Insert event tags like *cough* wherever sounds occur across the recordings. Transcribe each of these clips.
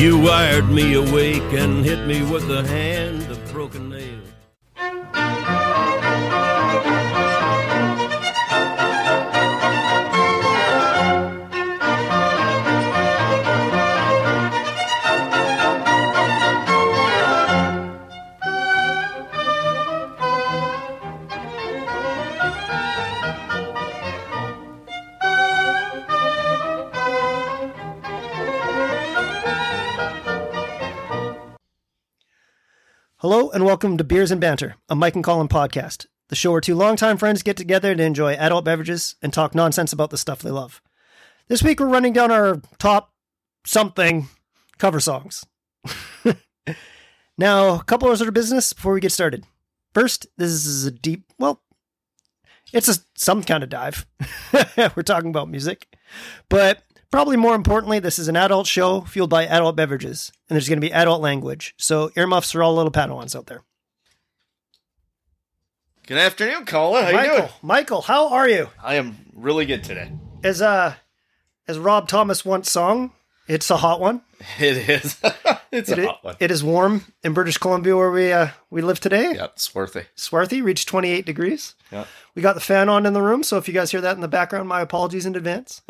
You wired me awake and hit me with a hand of broken nails. Hello and welcome to Beers and Banter, a Mike and Colin podcast, the show where two longtime friends get together to enjoy adult beverages and talk nonsense about the stuff they love. This week we're running down our top something cover songs. *laughs* now, a couple of sort of business before we get started. First, this is a deep, well, it's a some kind of dive. *laughs* we're talking about music. But probably more importantly, this is an adult show fueled by adult beverages, and there's going to be adult language. So earmuffs for all little Padawans out there. Good afternoon, Colin. How Michael, you doing? Michael, how are you? I am really good today. As uh, as Rob Thomas once sung, it's a hot one. *laughs* It is. *laughs* it's It, a hot one. it is warm in British Columbia where we uh, we live today. yeah, it's worth it. Swarthy reached 28 degrees. Yeah. We got the fan on in the room, so if you guys hear that in the background, my apologies in *laughs* advance.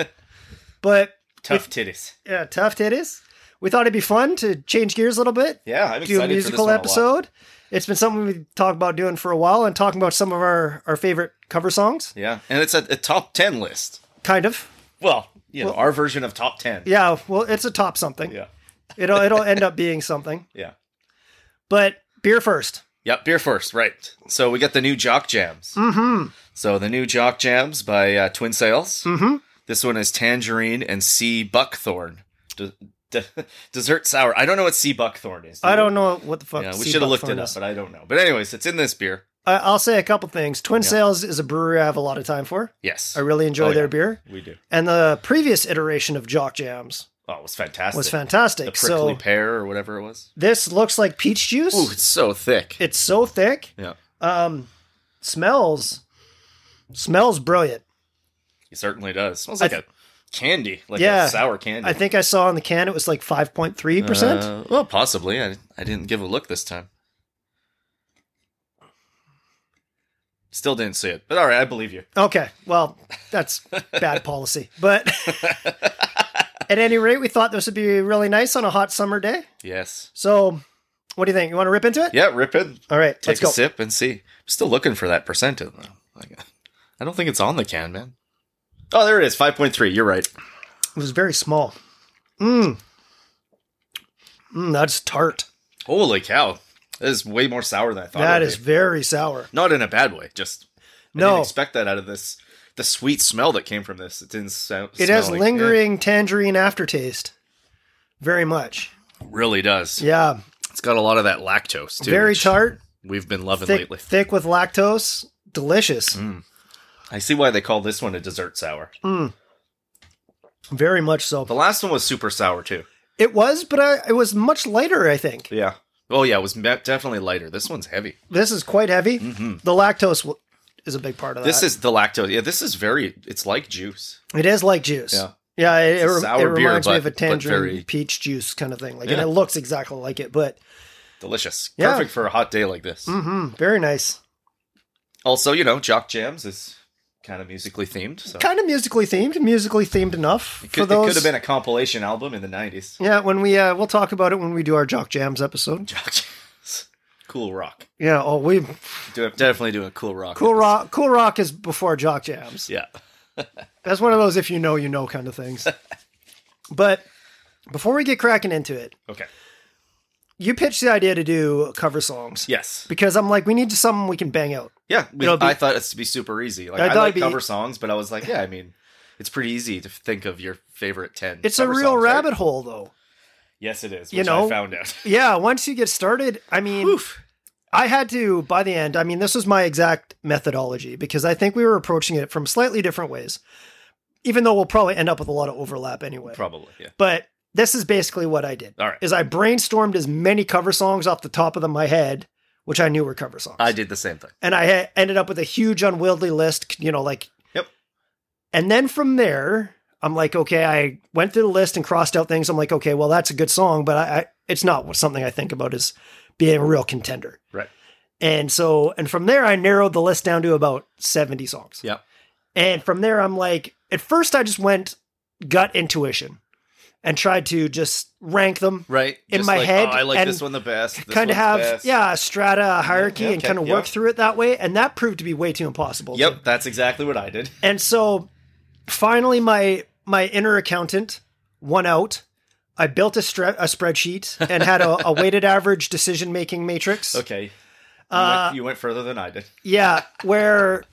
but Tough titties. yeah, tough titties. We thought it'd be fun to change gears a little bit. Yeah, I'm do excited a musical for this one episode. It's been something we talked about doing for a while and talking about some of our, our favorite cover songs, A lot. Yeah, and it's a, a top ten list. kind of. Well, you know, our version of top ten. Yeah, well, it's a top something. yeah, It'll it'll end up being something. yeah. But beer first. Yep, beer first, right? So we got the new Jock Jams. Mm-hmm. So the new Jock Jams by uh, Twin Sales. Mm-hmm. This one is tangerine and sea buckthorn. De- de- *laughs* dessert sour. I don't know what sea buckthorn is. do I you? don't know what the fuck. Yeah, we sea should have looked buckthorn it up, is. but I don't know. But anyways, it's in this beer. I, I'll say a couple things. Twin Sails is a brewery I have a lot of time for. Yes, I really enjoy Oh, yeah. their beer. we do. And the previous iteration of Jock Jams Oh, it was fantastic. was The fantastic. prickly So pear or whatever it was. this looks like peach juice. Ooh, it's so thick. It's so thick. yeah. Um, smells smells brilliant. It certainly does. smells I like th- a candy, like Yeah. a sour candy. I think I saw on the can it was like 5.3 percent. Uh, well, possibly. I, I didn't give a look this time. Still didn't see it. But all right, I believe you. Okay, well that's bad policy. But *laughs* at any rate, we thought this would be really nice on a hot summer day. Yes. So, what do you think? You want to rip into it? Yeah, rip it. All right, Take let's a go. sip and see. I'm still looking for that percentage, though. Like, I don't think it's on the can, man. Oh, there it is. 5.3. You're right. It was very small. Mmm. Mm, that's tart. Holy cow. That is way more sour than I thought. That it would is be. very sour. Not in a bad way. Just I No, didn't expect that out of this. The sweet smell that came from this. It didn't sound. it has lingering tangerine aftertaste. Very much. really does. Yeah, It's got a lot of that lactose too. very which tart, We've been loving thick, lately. Mm. thick with lactose. Delicious. I see why they call this one a dessert sour. Very much so. The last one was super sour too. It was, but I, it was much lighter, I think. Yeah. Oh yeah, it was me- definitely lighter. This one's heavy. Mm-hmm. This is quite heavy. The lactose w- is a big part of Mm. This that. is the lactose. Yeah, this is very. It's like juice. It is like juice. Yeah. Yeah, it, it, It's a rem- sour it beer, reminds me but- of a but tangerine very- peach juice kind of thing. Like, and Yeah. it looks exactly like it, but Delicious. Yeah. Perfect for a hot day like this. mhm, very nice. Also, you know, Jock Jams is kind of musically themed. So Kind of musically themed, musically themed enough it for could, it those. could have been a compilation album in the '90s. yeah, when we uh, we'll talk about it when we do our Jock Jams episode. Jock Jams. Cool rock. Yeah, oh, we Do, definitely doing cool rock. cool rock. Cool rock is before Jock Jams. Yeah. That's one of those if you know, you know kind of *laughs* things. but before we get cracking into it, Okay. you pitched the idea to do cover songs. Yes. Because I'm like, we need something we can bang out. Yeah, we, It'll be- I thought it's to be super easy. Like I I, thought like it'd be- cover songs, but I was like, yeah, I mean, it's pretty easy to think of your favorite ten. It's cover a real songs, right? rabbit hole, though. Yes, it is. Which You know? I found out. *laughs* Yeah, once you get started, I mean, I had to, by the end, I mean, this was my exact methodology because I think we were approaching it from slightly different ways, even though we'll probably end up with a lot of overlap anyway. Probably. Yeah. But this is basically what I did. All right. Is I brainstormed as many cover songs off the top of the, my head, which I knew were cover songs. I did the same thing. and I ha- ended up with a huge unwieldy list, you know, like Yep. and then from there I'm like, okay, I went through the list and crossed out things. I'm like, okay, well, that's a good song, but I, I it's not something I think about as being a real contender. Right. And so, and from there, I narrowed the list down to about 70 songs. Yep. And from there, I'm like, at first, I just went gut intuition and tried to just rank them Right. In Just my like, head Oh, I like and this one the best. This kind of one's have best. yeah a strata a hierarchy yeah, and okay, kind of work yeah. through it that way and that proved to be way too impossible Yep, that's exactly what I did. *laughs* and so finally my my inner accountant won out i built a, stre- a spreadsheet and had a, a weighted average decision making matrix Okay. You, Uh, went, you went further than I did. yeah where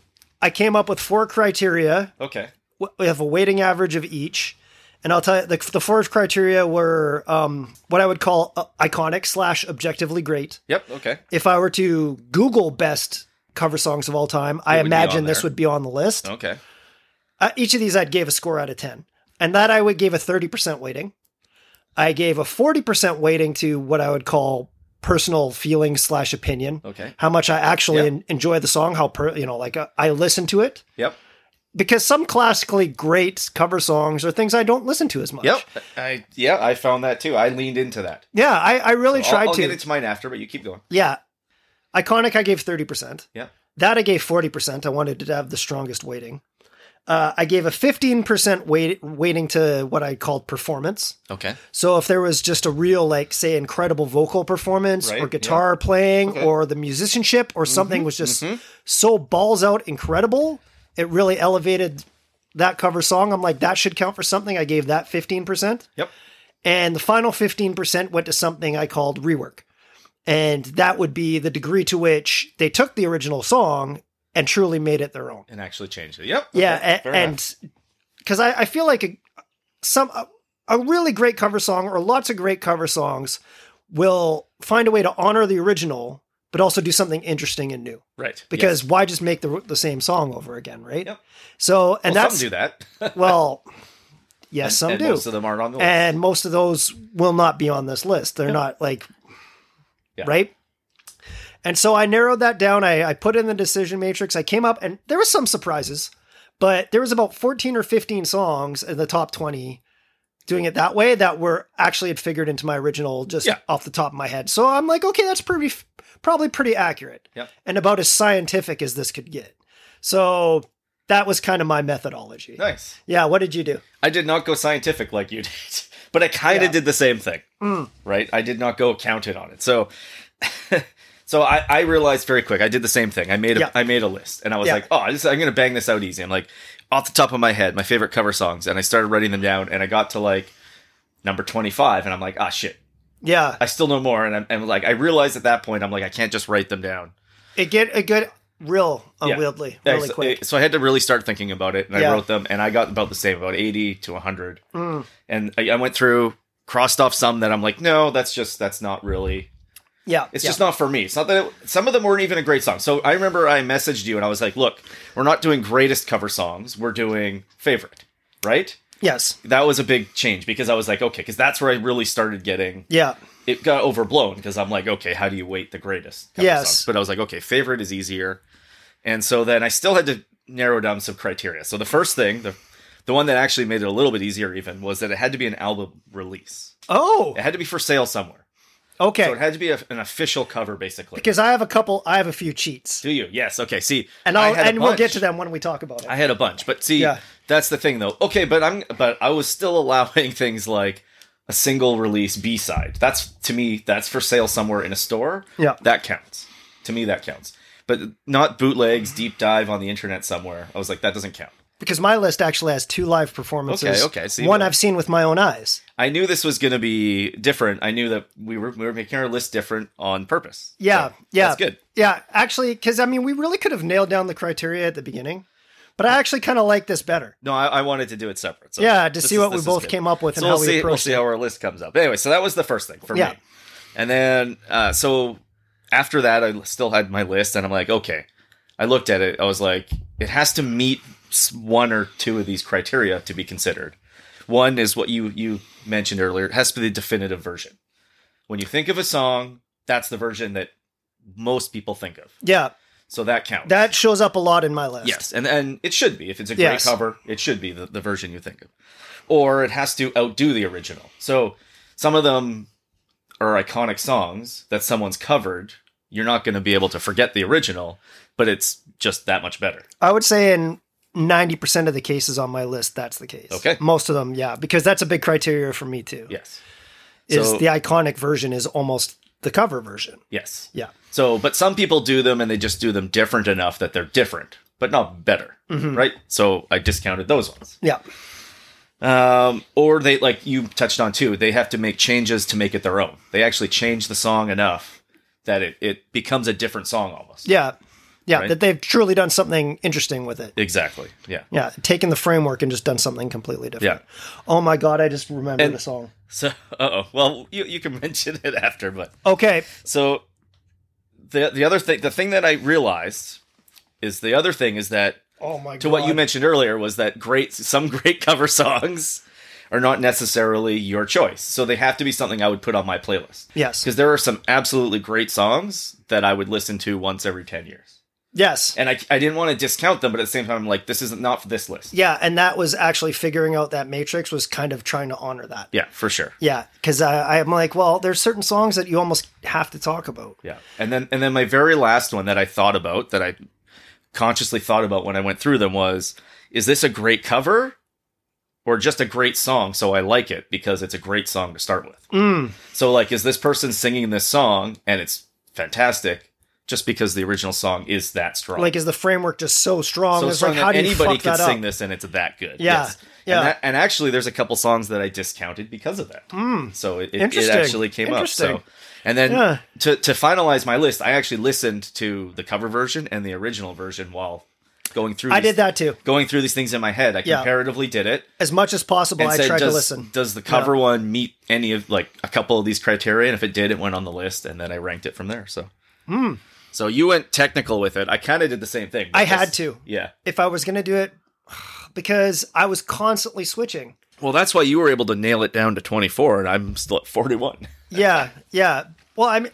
i came up with four criteria Okay. w- we have a weighting average of each and i'll tell you the, the four criteria were um, what i would call uh, iconic slash objectively great Yep. Okay. if I were to Google best cover songs of all time, I would be imagine on this there. would be on the list. Okay. Uh, each of these I'd gave a score out of 10. And that I would give a 30% weighting. I gave a 40% weighting to what I would call personal feeling slash opinion. Okay. How much I actually Yeah. en- enjoy the song, how, per- you know, like uh, I listen to it. Yep. Because some classically great cover songs are things I don't listen to as much. *laughs* Yep. I yeah, I found that too. I leaned into that. Yeah, I, I really I'll- tried I'll, to. get into mine after, but you keep going. Yeah. Iconic, I gave 30%. Yeah. That I gave 40%. I wanted to have the strongest weighting. Uh, I gave a 15% weight, weighting to what I called performance. Okay. So if there was just a real, like, say, incredible vocal performance Right, or yeah. guitar playing Okay. Mm-hmm, or the musicianship or something was just so balls out incredible, it really elevated that cover song. I'm like, that should count for something. I gave that 15%. Yep. And the final 15% went to something I called rework. And that would be the degree to which they took the original song and truly made it their own. And actually changed it. Yep. Yeah. Okay, a- fair enough. and because I, I feel like a, some, a, a really great cover song or lots of great cover songs will find a way to honor the original, but also do something interesting and new. right. Because why just make the, the same song over again, right? Yep. So, yes. and Well, that's, some do *laughs* that. *laughs* well, yes, some and do Most of them aren't on the list. and most of those will not be on this list. They're not like, Yeah. right? And so I narrowed that down. I, I put in the decision matrix. I came up, and there was some surprises, but there was about fourteen or fifteen songs in the top twenty. Doing it that way, that were actually had figured into my original just Yeah. off the top of my head. So I'm like, okay, that's pretty, f- probably pretty accurate, Yep. and about as scientific as this could get. So that was kind of my methodology. nice. Yeah. What did you do? I did not go scientific like you *laughs* did, but I kind of Yeah. Mm. did the same thing. Right? I did not go counted on it. So *laughs* so I, I realized very quick I did the same thing. I made a I Yeah. made a list and I was Yeah. like, "Oh, I just, I'm going to bang this out easy." I'm like, off the top of my head, my favorite cover songs and I started writing them down and I got to like number 25 and I'm like, "Ah, shit. Yeah. I still know more." And I'm, and like I realized at that point I'm like, "I can't just write them down." It get it get real Yeah. unwieldy Yeah, really so- quick. So I had to really start thinking about it, and Yeah. I wrote them, and I got about the same, about eighty to hundred. Mm. And I, I went through, crossed off some that I'm like, no, that's just that's not really, yeah, it's yeah. just not for me. It's not that it, some of them weren't even a great song. So I remember I messaged you, and I was like, look, we're not doing greatest cover songs, we're doing favorite, right? yes, That was a big change because I was like, okay, because that's where I really started getting yeah, it got overblown because I'm like, okay, how do you weight the greatest? cover Yes. But I was like, okay, favorite is easier. And so then I still had to narrow down some criteria. So the first thing, the the one that actually made it a little bit easier even was that it had to be an album release. Oh, It had to be for sale somewhere. So it okay. had to be a, an official cover basically. Because I have a couple, I have a few cheats, do you? Yes. Okay. See, and I I'll had a and we'll bunch. get to them when we talk about it. I had a bunch, but see, Yeah. that's the thing though. Okay, but I'm but I was still *laughs* allowing things like a single release B side. That's to me, that's for sale somewhere in a store. Yeah. that counts. To me, that counts. But not bootlegs, deep dive on the internet somewhere. I was like, that doesn't count. because my list actually has two live performances. Okay, okay, see one that. I've seen with my own eyes. I knew this was going to be different. I knew that we were we were making our list different on purpose. Yeah, So, yeah, that's good. Yeah, actually, because I mean, we really could have nailed down the criteria at the beginning, but I actually kind of like this better. No, I, I wanted to do it separate. So Yeah, to this see is- what this we is both good. came up with and so how we'll we see, we'll approached see it. how our list comes up. Anyway, so that was the first thing for Yeah. me. And then uh, so after that, I still had my list, and I'm like, okay. I looked at it. I was like, it has to meet s- one or two of these criteria to be considered. One is what you you mentioned earlier. It has to be the definitive version. When you think of a song, that's the version that most people think of. Yeah, So that counts. That shows up a lot in my list. Yes, and and it should be if it's a great Yes. cover, it should be the, the version you think of, or it has to outdo the original. So some of them are iconic songs that someone's covered. You're not going to be able to forget the original, but it's just that much better. I would say in 90% of the cases on my list, that's the case. Okay. Most of them, yeah, because that's a big criteria for me too. Yes. Is So- the iconic version is almost the cover version. Yes. Yeah. So, but some people do them and they just do them different enough that they're different, but not better, Mm-hmm. right? So I discounted those ones. Yeah. Um, or they, like you touched on too, they have to make changes to make it their own. They actually change the song enough that it, it becomes a different song almost. Yeah. Yeah. Right. That they've truly done something interesting with it. Exactly. Yeah. Yeah. Taken the framework and just done something completely Yeah. different. Oh my God. I just remembered And- the song. So, *laughs* uh oh. Well, you, you can *laughs* mention it after, but Okay. So the the other thing, the thing that I realized is the other thing is that Oh my God. to what you mentioned earlier was that great some *laughs* great cover songs are not necessarily your choice. So they have to be something I would put on my playlist. Yes. Because there are some absolutely great songs that I would listen to once every 10 years. Yes. And I, I didn't want to discount them, but at the same time, I'm like, this is not for this list. yeah. And that was actually figuring out that Matrix was kind of trying to honor that. Yeah, for sure. Yeah, because I, I'm like, well, there's certain songs that you almost have to talk about. Yeah. And then and then my very last one that I thought about that I consciously thought about when I went through them was is this a great cover or just a great song so I like it because it's a great song to start with. Mm, So like is this person singing this song and it's fantastic just because the original song is that strong. like, is the framework just so strong? so it's strong like, how that do you anybody fuck could that sing up? this and it's that good. Yeah, Yes. yeah. And, that, and actually, there's a couple songs that I discounted because of that. so it, it, it Hmm. Interesting. actually came up. So, Interesting. and then Yeah. to to finalize my list, I actually listened to the cover version and the original version while going through. I these- did that too. Going through these things in my head, I Yeah. comparatively did it As much as possible, and I said, tried does, to listen. does the cover one meet any of like a couple of these criteria? And if it did, it went on the list, and then I ranked it from there. So, so you went technical with it. I kind of did the same thing. but Hmm. I had this- to. Yeah. If I was going to do it, *sighs* because I was constantly switching. Well, that's why you were able to nail it down to 24, and I'm still at 41. Yeah, yeah. Well, I'm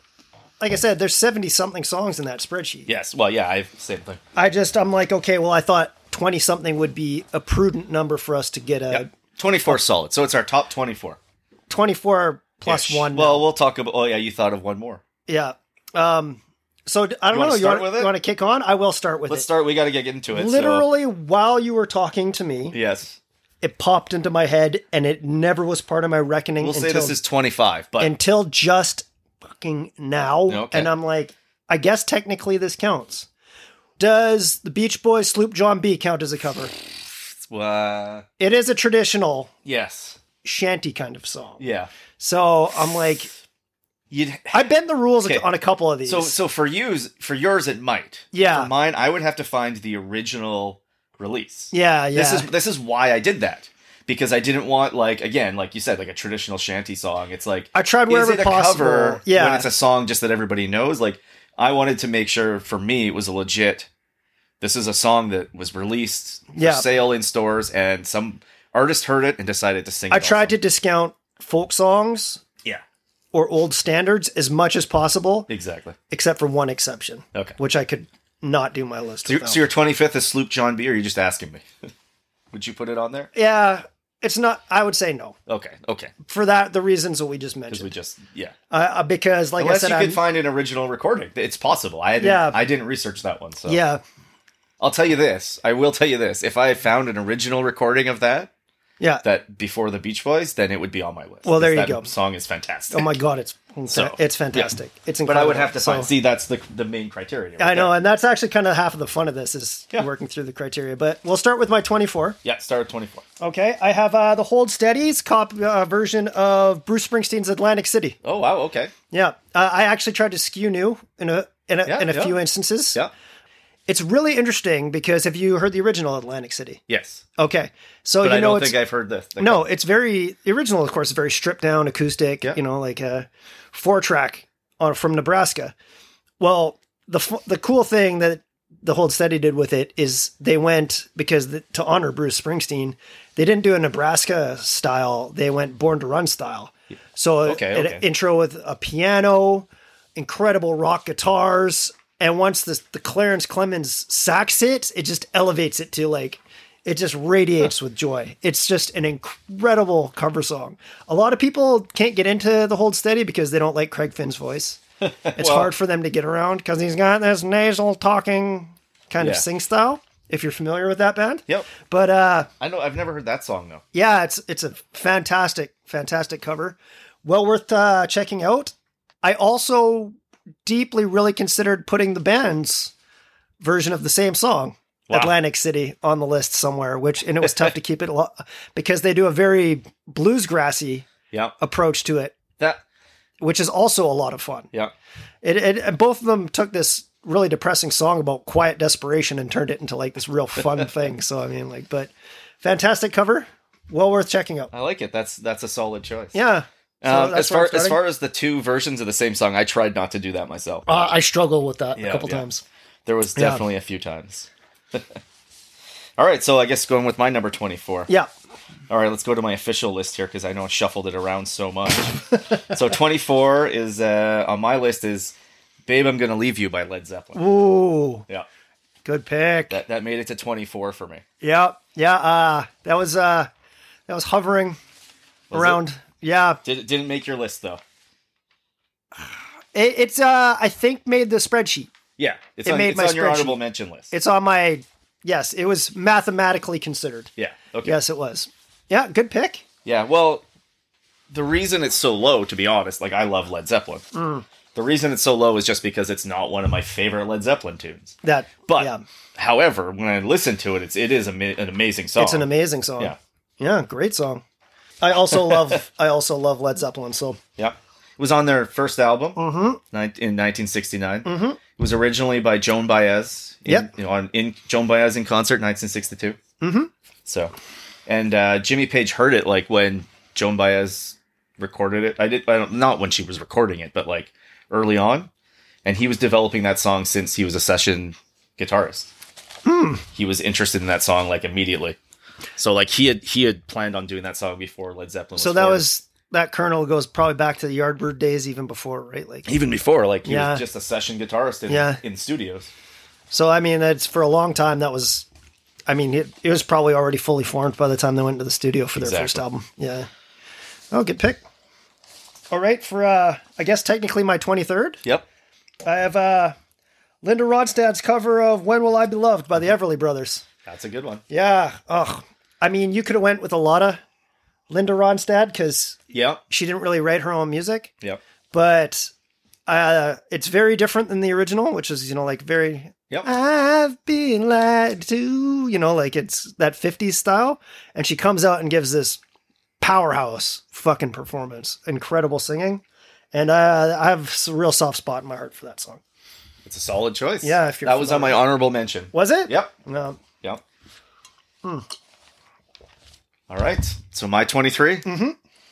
like I said, there's 70 something songs in that spreadsheet. Yes. Well, yeah, I same thing. I just, I'm like, okay, well, I thought 20 something would be a prudent number for us to get a 24 solid. So it's our top 24. 24 plus Ish. one. Well, we'll talk about. Oh yeah, you thought of one more. yeah. Um, so d- I don't wanna know. start you with it? want to kick on? I will start with Let's it. start. We got to get into it. so- literally while you were talking to me yes. it popped into my head and it never was part of my reckoning We'll until, say this is 25, but until just fucking now Okay. and i'm like i guess technically this counts does the beach boys sloop john b count as a cover uh, it is a traditional yes. shanty kind of song Yeah. so i'm like You'd i bend the rules Okay. on a couple of these So so for yours for yours it might. Yeah. For mine, I would have to find the original release. yeah yeah This is this is why I did that. Because I didn't want like again, like you said, like a traditional shanty song. It's like I tried is wherever it a possible. cover Yeah. when it's a song just that everybody knows. Like I wanted to make sure for me it was a legit this is a song that was released for Yeah. sale in stores and some artist heard it and decided to sing i it tried to also. discount folk songs Yeah. or old standards as much as possible Exactly. except for one exception Okay. which I could not do my list. So, your- without. so your 25th is Sloop John B, or are you just asking me? *laughs* Would you put it on there? yeah, it's not. I would say no Okay, okay. for that the reasons that we just Because mentioned. we just, yeah. uh, uh, because, like Unless I you said, could I'm, find an original recording, it's possible. I didn't, Yeah. I didn't research that one, so yeah, I'll tell you this. I will tell you this. If I had found an original recording of that, yeah. that before the Beach Boys, then it would be on my list. Well, there because you that go. Song is fantastic. oh my god, it's So, it's fantastic. It's But incredible. I would have to So, find. See, that's the the main criteria. right I know, there. and that's actually kind of half of the fun of this is Yeah. working through the criteria. But we'll start with my twenty-four. Yeah, start at twenty four. Okay, I have uh, the Hold Steady's cop uh, version of Bruce Springsteen's Atlantic City. Oh wow. Okay. Yeah, uh, I actually tried to skew new in a in a, Yeah, in a yeah. few instances. Yeah. It's really interesting because have you heard the original Atlantic City? Yes. Okay, so But you I know don't it's think I've heard this. the- no, it's very the original. Of course, is very stripped down acoustic. Yeah. You know, like a four track on from Nebraska. Well, the fu- the cool thing that the Hold Steady did with it is they went because the, to honor Bruce Springsteen, they didn't do a Nebraska style. They went Born to Run style. So Okay, an okay. intro with a piano, incredible rock guitars, And once the, the Clarence Clemens sax hits, it just elevates it to like, it just radiates with joy. It's just an incredible cover song. A lot of people can't get into the Hold Steady because they don't like Craig Finn's *laughs* voice. It's hard for them to get around because he's got this nasal talking kind of Yeah. sing style. If you're familiar with that band, Yep. But uh, I know. I've never heard that song though. yeah, it's it's a fantastic, fantastic cover. Well worth uh, checking out. I also deeply really considered putting the band's version of the same song, Wow. Atlantic City, on the list somewhere, which and it was tough to keep it lo- because they do a very bluesgrassy Yeah. approach to it, That. which is also a lot of fun. Yeah. It, it and both of them took this really depressing song about quiet desperation and turned it into like this real fun *laughs* thing. So I mean, like, but fantastic cover, well worth checking out. I like it. That's that's a solid choice. Yeah. So Um, that's as where I'm far as starting. far as the two versions of the same song, I tried not to do that myself. Uh, I struggle with that Yeah, a couple yeah. times. There was Yeah. definitely a few times. *laughs* All right, so I guess going with my number 24. Yeah. All right, let's go to my official list here because I know I shuffled it around so much. *laughs* so 24 is uh, on my list is Babe, I'm Gonna Leave You by Led Zeppelin. Ooh, Yeah, good pick. that, that made it to 24 for me. yeah. Yeah. Uh, that was uh, that was hovering Was around. Yeah. Did, it didn't make your list though. It, it's uh, I think made the spreadsheet. Yeah, it's It on, made it's my on your spreadsheet. honorable mention list. It's on my. Yes, it was mathematically considered. yeah, okay. Yes, it was. Yeah, good pick. Yeah, well, the reason it's so low, to be honest, like I love Led Zeppelin. Mm. The reason it's so low is just because it's not one of my favorite Led Zeppelin tunes. That. But yeah, however, when I listen to it, it's it is ama- an amazing song. it's an amazing song. oh, yeah, Yeah, great song. I *laughs* also love. I also love Led Zeppelin. So yeah. It was on their first album Mm-hmm. nin- in 1969. It was originally by Joan Baez. In, Yep. you know, on, in Joan Baez in concert, 1962. Mm-hmm. So, and uh, Jimmy Page heard it like when Joan Baez recorded it. I did. I don't not when she was recording it, but like early on. And he was developing that song since he was a session guitarist. Hmm. He was interested in that song like immediately. So like he had he had planned on doing that song before Led Zeppelin. so that formed. was that kernel goes probably back to the Yardbird days, even before, right? Like even before like he Yeah. was just a session guitarist in, Yeah. in studios So I mean, that's for a long time. That was, I mean, it, it was probably already fully formed by the time they went into the studio for their Exactly. first album. Yeah. Oh, good pick. All right, for uh, I guess technically my twenty third. yep I have uh, Linda Ronstadt's cover of "When Will I Be Loved" by the Everly Brothers. that's a good one Yeah. Ugh. I mean, you could have went with a lot of Linda Ronstadt because yep she didn't really write her own music yep but uh, it's very different than the original, which is you know like very. Yep. I've been lied to, you know, like it's that '50s style, and she comes out and gives this powerhouse fucking performance, incredible singing, and uh, I have a real soft spot in my heart for that song. it's a solid choice Yeah, if you're that was on my familiar. honorable mention Was it? yep No. yep Hmm. all right so my 23 Mm-hmm.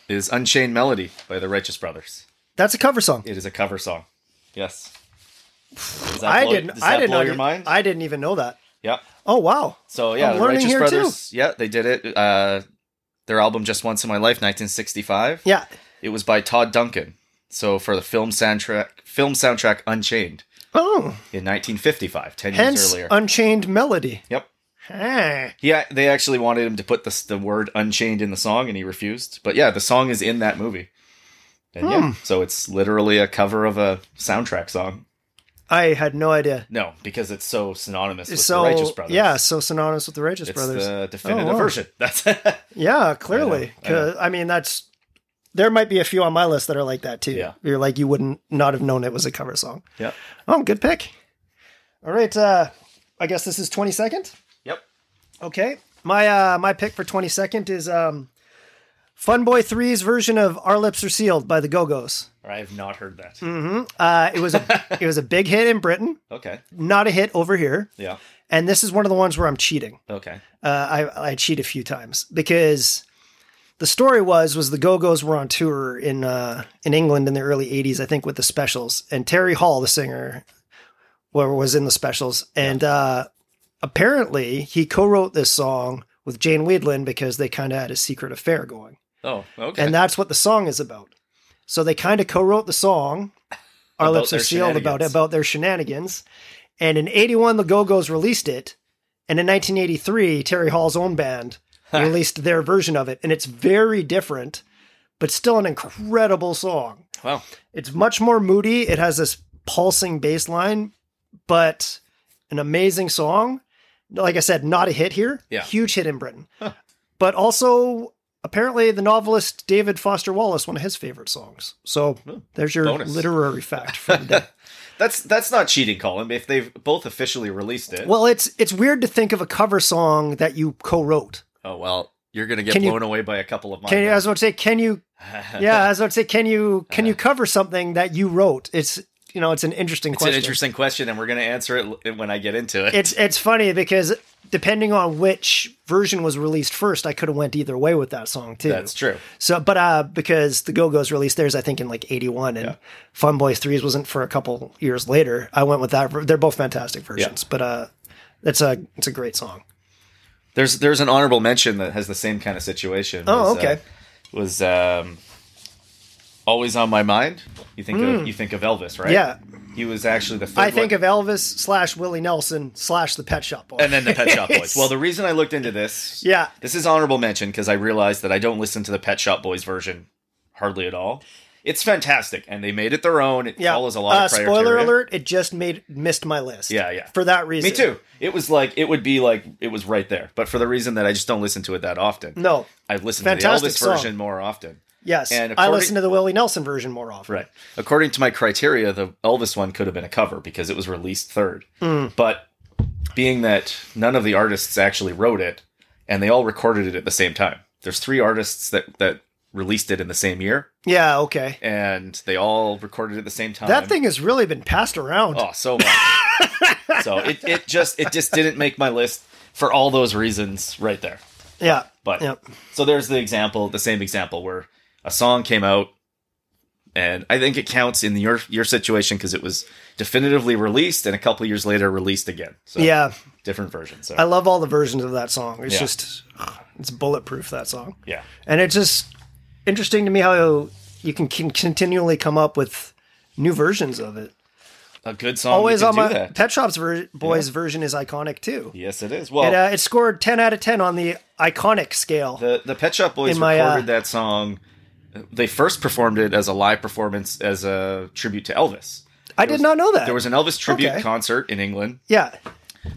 is unchained melody by the righteous brothers That's a cover song. it is a cover song yes Does that I blow- didn't. does that I didn't blow know your mind I didn't even know that. yep Oh wow. so yeah I'm the learning righteous here, too. brothers yeah they did it uh their album just once in my life 1965 Yeah. It was by Todd Duncan. So for the film soundtrack, film soundtrack Unchained Oh, in 1955, ten years hence earlier. Unchained Melody. yep. Hey. Yeah, they actually wanted him to put the the word Unchained in the song, and he refused. But yeah, the song is in that movie. And yeah, Hmm. so it's literally a cover of a soundtrack song. I had no idea. No, because it's so synonymous with so the Righteous Brothers. yeah, so synonymous with the Righteous it's Brothers. the definitive Oh, wow. version. *laughs* That's yeah, clearly. I know, I know. 'Cause, I, mean, that's there might be a few on my list that are like that too. Yeah. You're like you wouldn't not have known it was a cover song. yep, Oh, good pick. All right, uh, I guess this is twenty second. yep. Okay, my uh, my pick for twenty second is um, Fun Boy 3's version of "Our Lips Are Sealed" by the Go Go's. I have not heard that. Uh, it was a *laughs* it was a big hit in Britain, Okay, not a hit over here. yeah, And this is one of the ones where I'm cheating. okay, uh, I, I cheat a few times because the story was was the Go Go's were on tour in uh, in England in the early '80s, I think, with the Specials, and Terry Hall, the singer, wa- was in the Specials, and uh, apparently he co-wrote this song with Jane Weedlin because they kind of had a secret affair going, oh, okay, and that's what the song is about. So they kind of co-wrote the song. Our About lips are their sealed about shenanigans. about their shenanigans. And in '81, the Go Go's released it, and in 1983, Terry Hall's own *laughs* band released their version of it, and it's very different, but still an incredible song. Wow. It's much more moody. It has this pulsing bass line, but an amazing song. Like I said, not a hit here. Yeah. Huge hit in Britain. But also, apparently, the novelist David Foster Wallace, one of his favorite songs. So there's your bonus. literary fact for the *laughs* day. That's that's not cheating, Colin. If they've both officially released it. well, it's it's weird to think of a cover song that you co-wrote. oh well, you're gonna get Can you- blown away by a couple of mine. Can you, I was about to say, can *laughs* you? Yeah, I was about to say, can you can Uh-huh. you cover something that you wrote? It's you know, it's an interesting it's question. an interesting question, and we're gonna answer it l- when I get into it. it's it's funny because depending on which version was released first, I could have went either way with that song too. *laughs* That's true. So, but uh, because the Go Go's released theirs, I think in like '81, and Fun Boys Threes wasn't for a couple years later. I went with that. ver- They're both fantastic versions, but uh, it's a it's a great song. There's there's an honorable mention that has the same kind of situation. Oh, Was, okay. uh, was um, always on my mind. You think of, you think of Elvis, right? Hmm. Yeah. He was actually the. Third I think one- of Elvis slash Willie Nelson slash the Pet Shop Boys. and then the *laughs* Pet Shop Boys. Well, the reason I looked into this, Yeah. this is honorable mention because I realized that I don't listen to the Pet Shop Boys version hardly at all. It's fantastic, and they made it their own. It yeah. follows a lot uh, of criteria. spoiler alert! It just made missed my list. Yeah, yeah. For that reason, Me too. It was like it would be like it was right there, but for the reason that I just don't listen to it that often. No. I listen to Fantastic the Elvis song. version more often. Yes, I And according- listen to the Willie Nelson version more often. Right. According to my criteria, the Elvis one could have been a cover because it was released third. Hmm. But being that none of the artists actually wrote it and they all recorded it at the same time. There's three artists that that released it in the same year Yeah. Okay. and they all recorded it at the same time. That thing has really been passed around. Um, Oh, so *laughs* much. so it, it just it just didn't make my list for all those reasons right there. yeah. But Yep. so there's the example, the same example where a song came out, and I think it counts in your your situation because it was definitively released and a couple years later released again. So Yeah. different version. So I love all the versions of that song. It's Yeah. just it's bulletproof that song. yeah, And it's just interesting to me how you can, can continually come up with new versions of it. a good song. Always Always on do my that. Pet Shop's ver- Boys version is iconic too. Yes, it is. Well, It, uh, it scored 10 out of 10 on the iconic scale. the the Pet Shop Boys in my, uh, recorded that song. They first performed it as a live performance as a tribute to Elvis. I did not know that. There was an Elvis tribute Uh, Okay. concert in England yeah.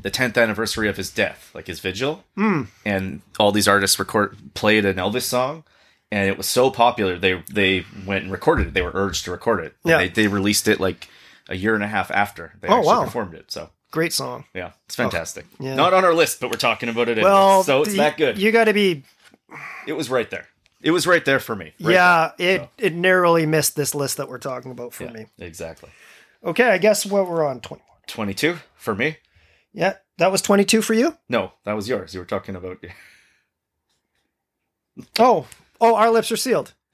the 10th anniversary of his death, like his vigil. Hmm. And all these artists record played an Elvis song and it was so popular they they went and recorded it. They were urged to record it. And Yeah. They, they released it like a year and a half after they Oh, actually wow. performed it. So Great song. yeah, it's fantastic. yeah. Not on our list, but we're talking about it anyway. Well, so it's y- that good. You got to be it was right there. It was right there for me. Right yeah, it it narrowly missed this list that we're talking about for there. me. Yeah, exactly. Okay, I guess what we're on 21. 22 for me? Yeah, that was 22 for you? No, that was yours. You were talking about Oh, oh, our lips are sealed. *laughs*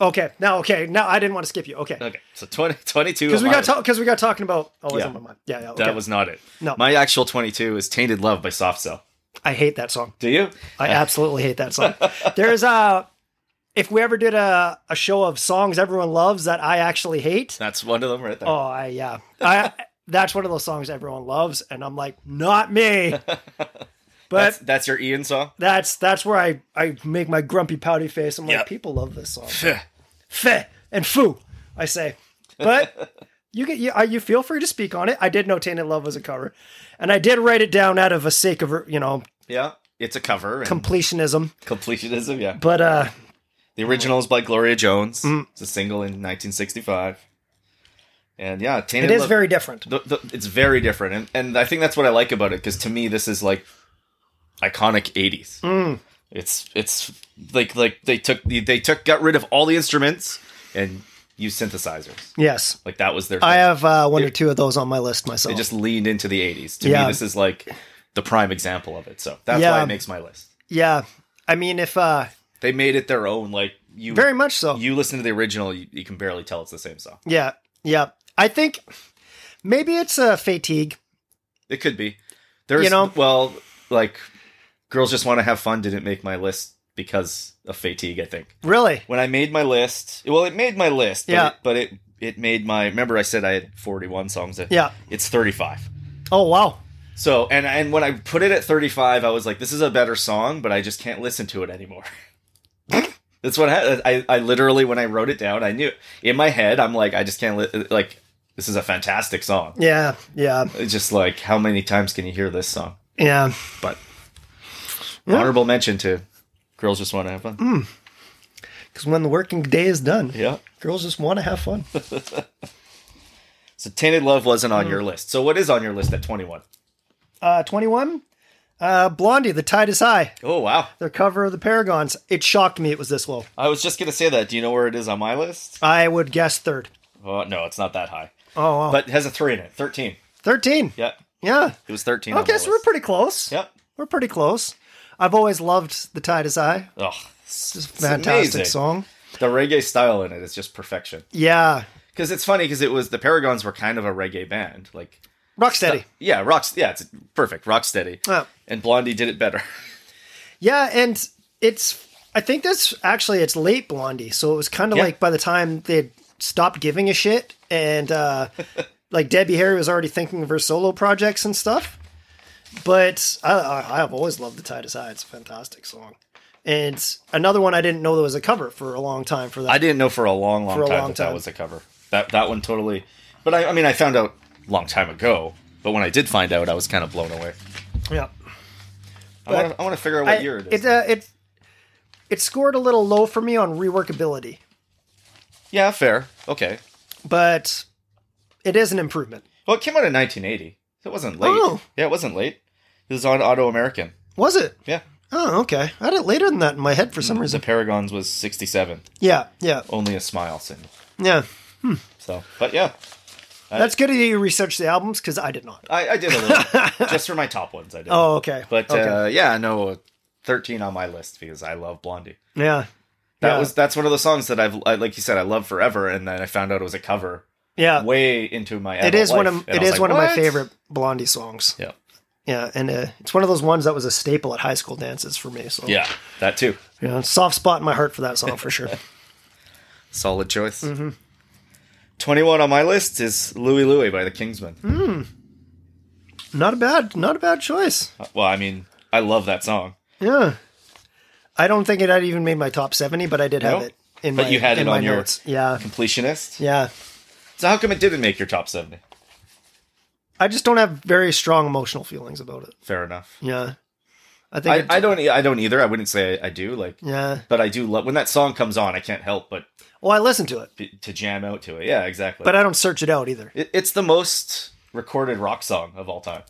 Yeah. Okay, now okay, now I didn't want to skip you. Okay, Okay. So 20, 22 because on we my got list. because we got talking about always Yeah. on my mind. Yeah, yeah. Okay. That was not it. No. My actual 22 is Tainted Love by Soft Cell. I hate that song. Do you? I absolutely hate that *laughs* song. There's a if we ever did a a show of songs everyone loves that I actually hate. That's one of them right there. Oh, I yeah. *laughs* I that's one of those songs everyone loves, and I'm like, not *laughs* me. But that's, that's your Ian song? that's that's where I I make my grumpy pouty face. I'm like, Yep. people love this song. *laughs* Feh and foo, I say. *laughs* But you get you, uh, you feel free to speak on it. I did know "Tainted Love" was a cover, and I did write it down out of a sake of you know Yeah. It's a cover. And completionism. completionism, yeah. But uh, The original is by Gloria Jones. Mm. It's a single in 1965. And yeah, Tainted it is Love- very different. the, the, it's very different. And, and I think that's what I like about it because to me, this is like iconic 80s. Mm. It's it's like like they took they took got rid of all the instruments and used synthesizers. Yes, Like that was I their thing. have uh, one or two of those on my list myself. They just leaned into the 80s. To Yeah. me, this is like the prime example of it. So that's Yeah. why it makes my list. yeah, I mean, if uh, They made it their own. Like you, very much so. you listen to the original, you, you can barely tell it's the same song. yeah, yeah. I think maybe it's a fatigue. It could be. There's, You know? well, like girls just want to have fun didn't make my list because of fatigue. I think Really, when I made my list, well, it made my list. But Yeah. it, but it it made my. Remember, I said I had 41 songs. Yeah. It's 35. Oh wow. So and and when I put it at 35, I was like, this is a better song, but I just can't listen to it anymore. *laughs* That's what I, I I literally when I wrote it down, I knew in my head, I'm like, I just can't li- like. This is a fantastic song. Yeah. Yeah. It's just like how many times can you hear this song? Yeah. But Yeah. Mm. honorable mention to girls just want to have fun. Because when the working day is done, Yeah. girls just want to have fun. *laughs* So tainted love wasn't Mm. on your list. So what is on your list at 21? Uh, 21. Uh, Blondie, the tide is high. Oh wow, Their cover of the Paragons. It shocked me. It was this low. I was just gonna say that. Do you know where it is on my list? I would guess third. Oh no, it's not that high, Oh, wow. but it has a three in it. 13. 13. Yeah, Yeah. it was 13. on Okay, my so we're list. pretty close. Yep. We're pretty close. I've always loved the tide is high. Oh, It's a it's fantastic amazing. song. The reggae style in it is just perfection. Yeah. Because it's funny because it was the Paragons were kind of a reggae band, like Rocksteady. yeah, rocks. Yeah, it's perfect, rocksteady. Yeah. And Blondie did it better. Yeah, and it's I think that's actually it's late Blondie, so it was kind of Yeah. like by the time they would stopped giving a shit, and uh, *laughs* like Debbie Harry was already thinking of her solo projects and stuff. But I, I, I've always loved the Tide Is High. It's a fantastic song, and another one I didn't know there was a cover for a long time for that. I didn't know for a long, long For a time long that time. that was a cover. That that one totally. But I, I mean, I found out a long time ago. But when I did find out, I was kind of blown away. yeah, I want to. I want to figure out what I- year it is. It, uh, it it scored a little low for me on reworkability, yeah, fair. Okay. but it is an improvement. Well, it came out in 1980. So it wasn't late. Oh. Yeah, it wasn't late. It was on Auto American. Was it? Yeah. Oh, okay. I had it later than that in my head for some The reason. Paragons was 67. Yeah, yeah, Only a smile single. yeah. So, but yeah, Uh, That's good that you researched the albums because I did not. I, I did a *laughs* little just for my top ones. I did. Oh, okay. Uh, but okay. uh, yeah, no, 13 on my list because I love Blondie. yeah, That Yeah. was that's one of the songs that I've I, like you said I love forever, and then I found out it was a cover yeah. way into my. It adult is one of life, and it I was is like, one of my "What?" favorite Blondie songs. Yeah, Yeah, and uh, it's one of those ones that was a staple at high school dances for me. So yeah, that too. yeah, soft spot in my heart for that song for sure. *laughs* Solid choice. Mm-hmm. 21 on my list is Louie Louie by the Kingsmen. Hmm? not a bad, not a bad choice. Uh, Well, I mean, I love that song. Yeah, I don't think it had even made my top seventy, but I did have No? it in But my you had in it my on your- notes. Yeah, Completionist. yeah. So how come it didn't make your top 70? I just don't have very strong emotional feelings about it. Fair enough. Yeah, I think I, it- I don't e, I don't either. I wouldn't say I, I do like Yeah. but I do love when that song comes on, I can't help but Well, I listen to it, be, to jam out to it. Yeah, exactly. but I don't search it out either. it, it's the most recorded rock song of all time.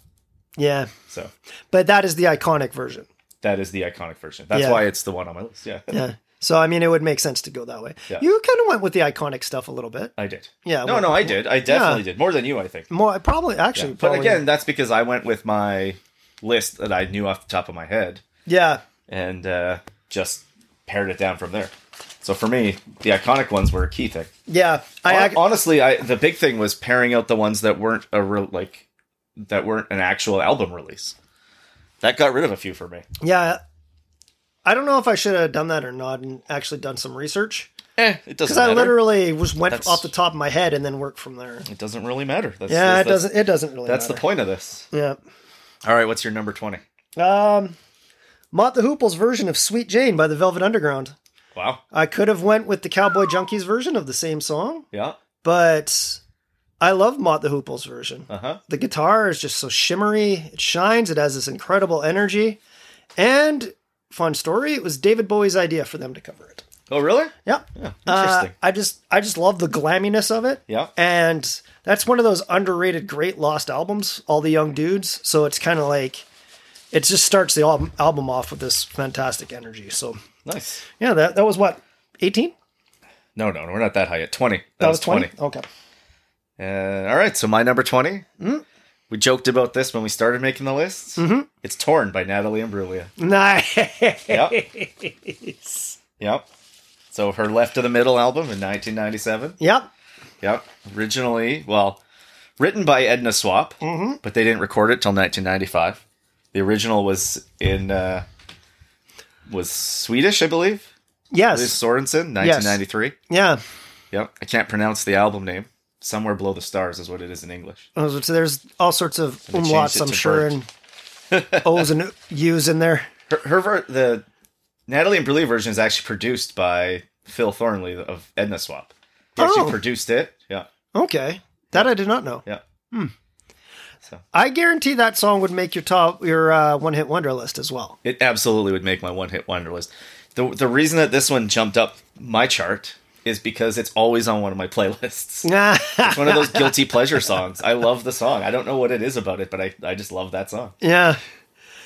Yeah. So But that is the iconic version. that is the iconic version. That's Yeah. why it's the one on my list. Yeah. Yeah. So I mean, it would make sense to go that way. Yeah. You kind of went with the iconic stuff a little bit. I did. Yeah, No, well- no, I did. I definitely did. More than you, I think. More probably actually. But probably- again, that's because I went with my list that I knew off the top of my head Yeah. and uh, just pared it down from there. So for me, the iconic ones were a key thing. Yeah. I Hon- ac- honestly, I the big thing was pairing out the ones that weren't a real like that weren't an actual album release. That got rid of a few for me. yeah. I don't know if I should have done that or not, and actually done some research Eh, it doesn't because I matter. literally was went That's- off the top of my head and then worked from there. it doesn't really matter. That's, yeah, that's- it doesn't. It doesn't really. That's the matter. point of this. Yeah. All right, what's your number twenty? Um, Mott the Hoople's version of "Sweet Jane" by the Velvet Underground. Wow. I could have went with the Cowboy Junkies version of the same song, Yeah. but I love Mott the Hoople's version. Uh huh. The guitar is just so shimmery. It shines. It has this incredible energy. And fun story, it was David Bowie's idea for them to cover it. Oh, really? Yeah. Yeah. Uh, Interesting. I just I just love the glamminess of it. Yeah. And that's one of those underrated great lost albums, All the Young Dudes. So it's kind of like it just starts the album, album off with this fantastic energy. So nice. yeah, that that was what 18? That, No, no, no, we're not that high yet. Twenty. That, was 20? Okay. *laughs* Uh, all right. So my number 20 We joked about this when we started making the list. Mm-hmm. It's torn by Natalie Imbruglia. Nice. *laughs* Yep. yep. So her Left of the Middle album in 1997. Yep. Yep. Originally, well, written by Edna Swap, but they didn't record it till 1995. The original was in uh, was Swedish, I believe. Liz Yes. Sorensen, 1993. Yeah. Yep. I can't pronounce the album name. Somewhere Below the Stars is what it is in English. Oh, So there's all sorts of they changed umlauts, it I'm to sure, Bert. and O's and U's in there. Her, her ver- the Natalie and Brule version is actually produced by Phil Thornley of Edna Swap. He Oh. actually produced it. Yeah. Okay, that I did not know. Yeah. I guarantee that song would make your top your uh, one hit wonder list as well. *laughs* It absolutely would make my one hit wonder list. The the reason that this one jumped up my chart is because it's always on one of my *laughs* playlists. It's one of those guilty pleasure songs. I love the song. I don't know what it is about it, but I, I just love that song. yeah,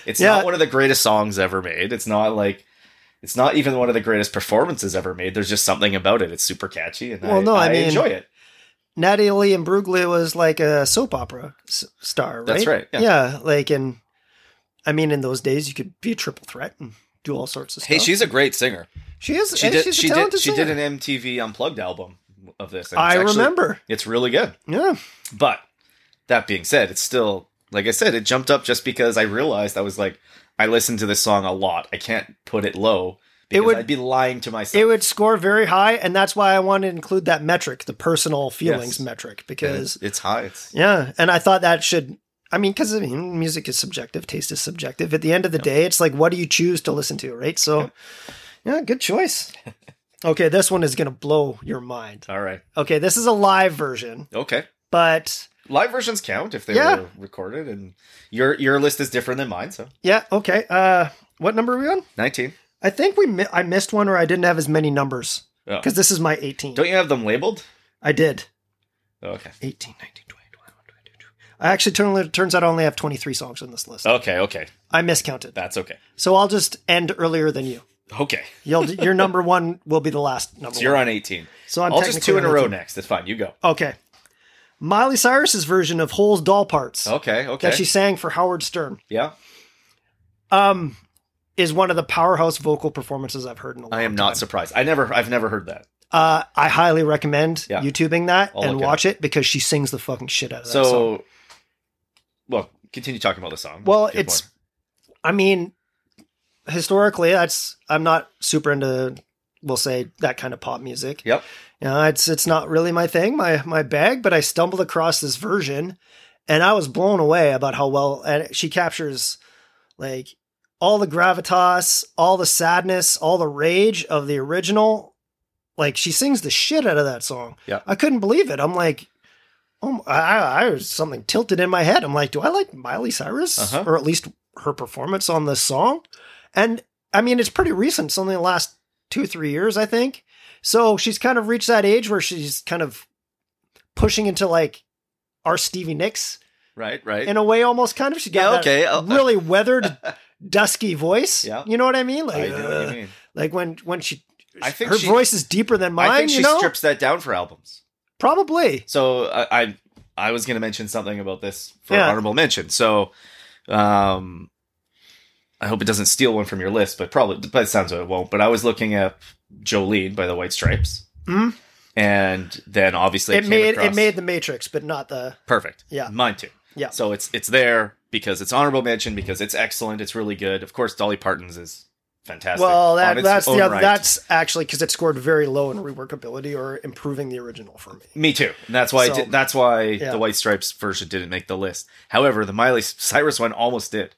It's Yeah. not one of the greatest songs ever made. It's not like it's not even one of the greatest performances ever made. There's just something about it. It's super catchy and Well, I, no, I I mean- enjoy it. Natalie and Bruglia was like a soap opera s- star, right? That's right, Yeah. like and I mean, in those days, you could be a triple threat and do all sorts of stuff. Hey, she's a great singer. she is. She and did she's she a did talented she singer. did an MTV unplugged album of this. and I it's actually- remember. It's really good. Yeah. But that being said, it's still like I said, it jumped up just because I realized I was like, I listened to this song a lot. I can't put it low because would- I'd be lying to myself. It would score very high, and that's why I wanted to include that metric, the personal feelings Yes. metric, And because it's, it's high. It's Yeah, and I thought that should. I mean, because I mean, music is subjective, taste is subjective. At the end of the day, it's like what do you choose to listen to, right? So, yeah, good *laughs* choice. Okay, this one is gonna blow your mind. all right. Okay, this is a live version, Okay. but Live versions count if they Yeah. were recorded, and your your list is different than mine. So yeah, okay. Uh, what number are we on? nineteen. I think we mi- I missed one, or I didn't have as many numbers Oh. because this is my 18 Don't you have them labeled? I did Oh, okay. 18, 19, 20, 21, 22. I actually turn, turns out I only have 23 songs on this list. Okay. Okay. I miscounted, That's okay. so I'll just end earlier than you. Okay. *laughs* You'll, your number one will be the last number So you're one. on eighteen. So I'm I'll just technically two in a on row 18. next. It's fine. You go. Okay. Miley Cyrus's version of Hole's Doll Parts Oh, Okay. Okay. that she sang for Howard Stern yeah. um, is one of the powerhouse vocal performances I've heard in a long I am not time. surprised. I never. I've never heard that. Uh, I highly recommend Yeah. YouTubing that I'll and look it watch it because she sings the fucking shit out of that So, song. well, continue talking about the song. Well, Give it's- more. I mean, historically, that's I'm not super into. We'll say that kind of pop music. Yep. You know, it's it's not really my thing, my my bag. But I stumbled across this version, and I was blown away about how well and she captures, like all the gravitas, all the sadness, all the rage of the original. Like she sings the shit out of that song. Yeah. I couldn't believe it. I'm like. Oh, I, I I was something tilted in my head. I'm like, do I like Miley Cyrus Uh-huh. or at least her performance on this song? And I mean, it's pretty recent. It's only the last two, three years, I think. So she's kind of reached that age where she's kind of pushing into like our Stevie Nicks right, right. in a way, almost kind of. She got Yeah, that okay, I'll- really *laughs* weathered, dusky voice. Yeah. You know what I mean? I Like, know what uh, you mean. like when when she, I think her she- voice is deeper than mine. I think she you know, strips that down for albums. probably. So I, I, I was going to mention something about this for Yeah. honorable mention. So, um, I hope it doesn't steal one from your list, but probably, but it sounds like it won't. But I was looking up Jolene by the White Stripes, Mhm. and then obviously It came made it across- made the Matrix, but not the Perfect. Yeah. Mine too. Yeah. So it's it's there because it's honorable mention because it's excellent. It's really good. Of course, Dolly Parton's is fantastic. well. on That its that's the own other, right. that's actually because it scored very low in reworkability or improving the original for me. me too. And that's why I So- did, that's why Yeah. the White Stripes version didn't make the list. However, the Miley Cyrus one almost did.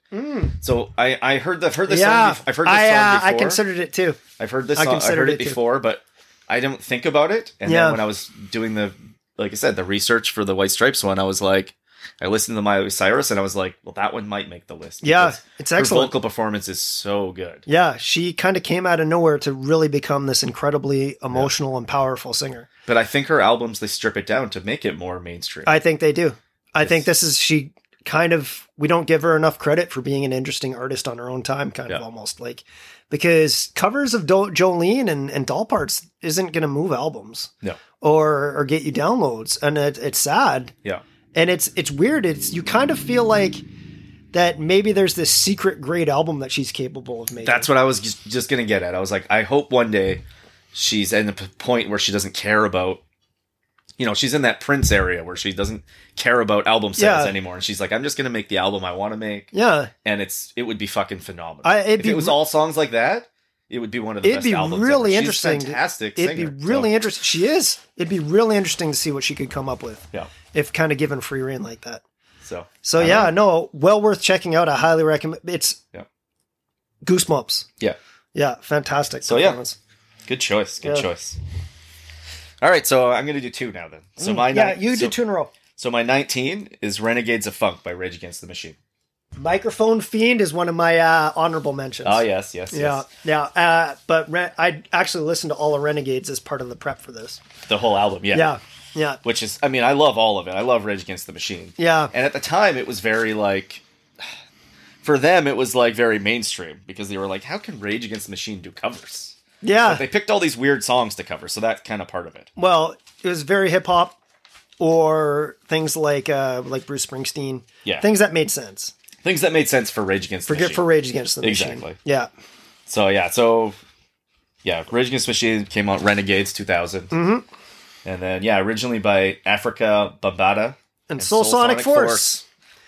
So I I heard the I've heard this Hmm. yeah, song. bef- I've heard this I, song uh, before. I considered it too. I've heard this. I song, I've considered heard it it too. before, but I didn't think about it. And Yeah. then when I was doing the, like I said, the research for the White Stripes one, I was like, I listened to Miley Cyrus, and I was like, well, that one might make the list. Yeah, because it's excellent. Her vocal performance is so good. Yeah, she kind of came out of nowhere to really become this incredibly emotional and powerful singer. But I think her albums they strip it down to make it more mainstream. I think they do. I Yes. think this is she kind of we don't give her enough credit for being an interesting artist on her own time, kind of Yeah. almost like because covers of Do- Jolene and, and doll parts isn't going to move albums, No. or or get you downloads, and it, it's sad. yeah. and it's it's weird it's you kind of feel like that maybe there's this secret great album that she's capable of making That's what I was just- just gonna get at. I was like, I hope one day she's at the p- point where she doesn't care about, you know, she's in that Prince area where she doesn't care about album sales Yeah. anymore, and she's like, I'm just gonna make the album I want to make, yeah and it's it would be fucking phenomenal. I- it'd if be it was re- all songs like that, It would be one of the It'd best be albums. really ever. She's interesting. fantastic. It'd be singer, really so- interesting. She is. It'd be really interesting to see what she could come up with yeah. if kind of given free reign like that. So So yeah, no, well worth checking out. I highly recommend. It's Yeah. goosebumps. yeah, Yeah, fantastic. So, yeah. performance. good choice. Good Yeah. choice. All right, so I'm gonna do two now then. So my Mm, yeah, ni- you so, did two in a row. So my 19 is "Renegades of Funk" by Rage Against the Machine. Microphone Fiend is one of my uh, honorable mentions. Oh yes, yes, Yeah, yes. yeah. Uh, but Ren- I actually listened to all of Renegades as part of the prep for this. The whole album, yeah. Yeah, yeah, Which is, I mean, I love all of it. I love Rage Against the Machine. yeah, And at the time, it was very like, *sighs* for them, it was like very mainstream because they were like, how can Rage Against the Machine do covers? yeah. They picked all these weird songs to cover, so that's kind of part of it. well, it was very hip hop, or things like uh, like Bruce Springsteen. Yeah. things that made sense. Things that made sense for Rage Against the Forget Machine. for Rage Against the Machine. Exactly. Yeah, So yeah, so yeah, Rage Against the Machine came out Renegades 2000. Mm-hmm. And then yeah, originally by Africa Bambata. and, Soul, Sonic, Force.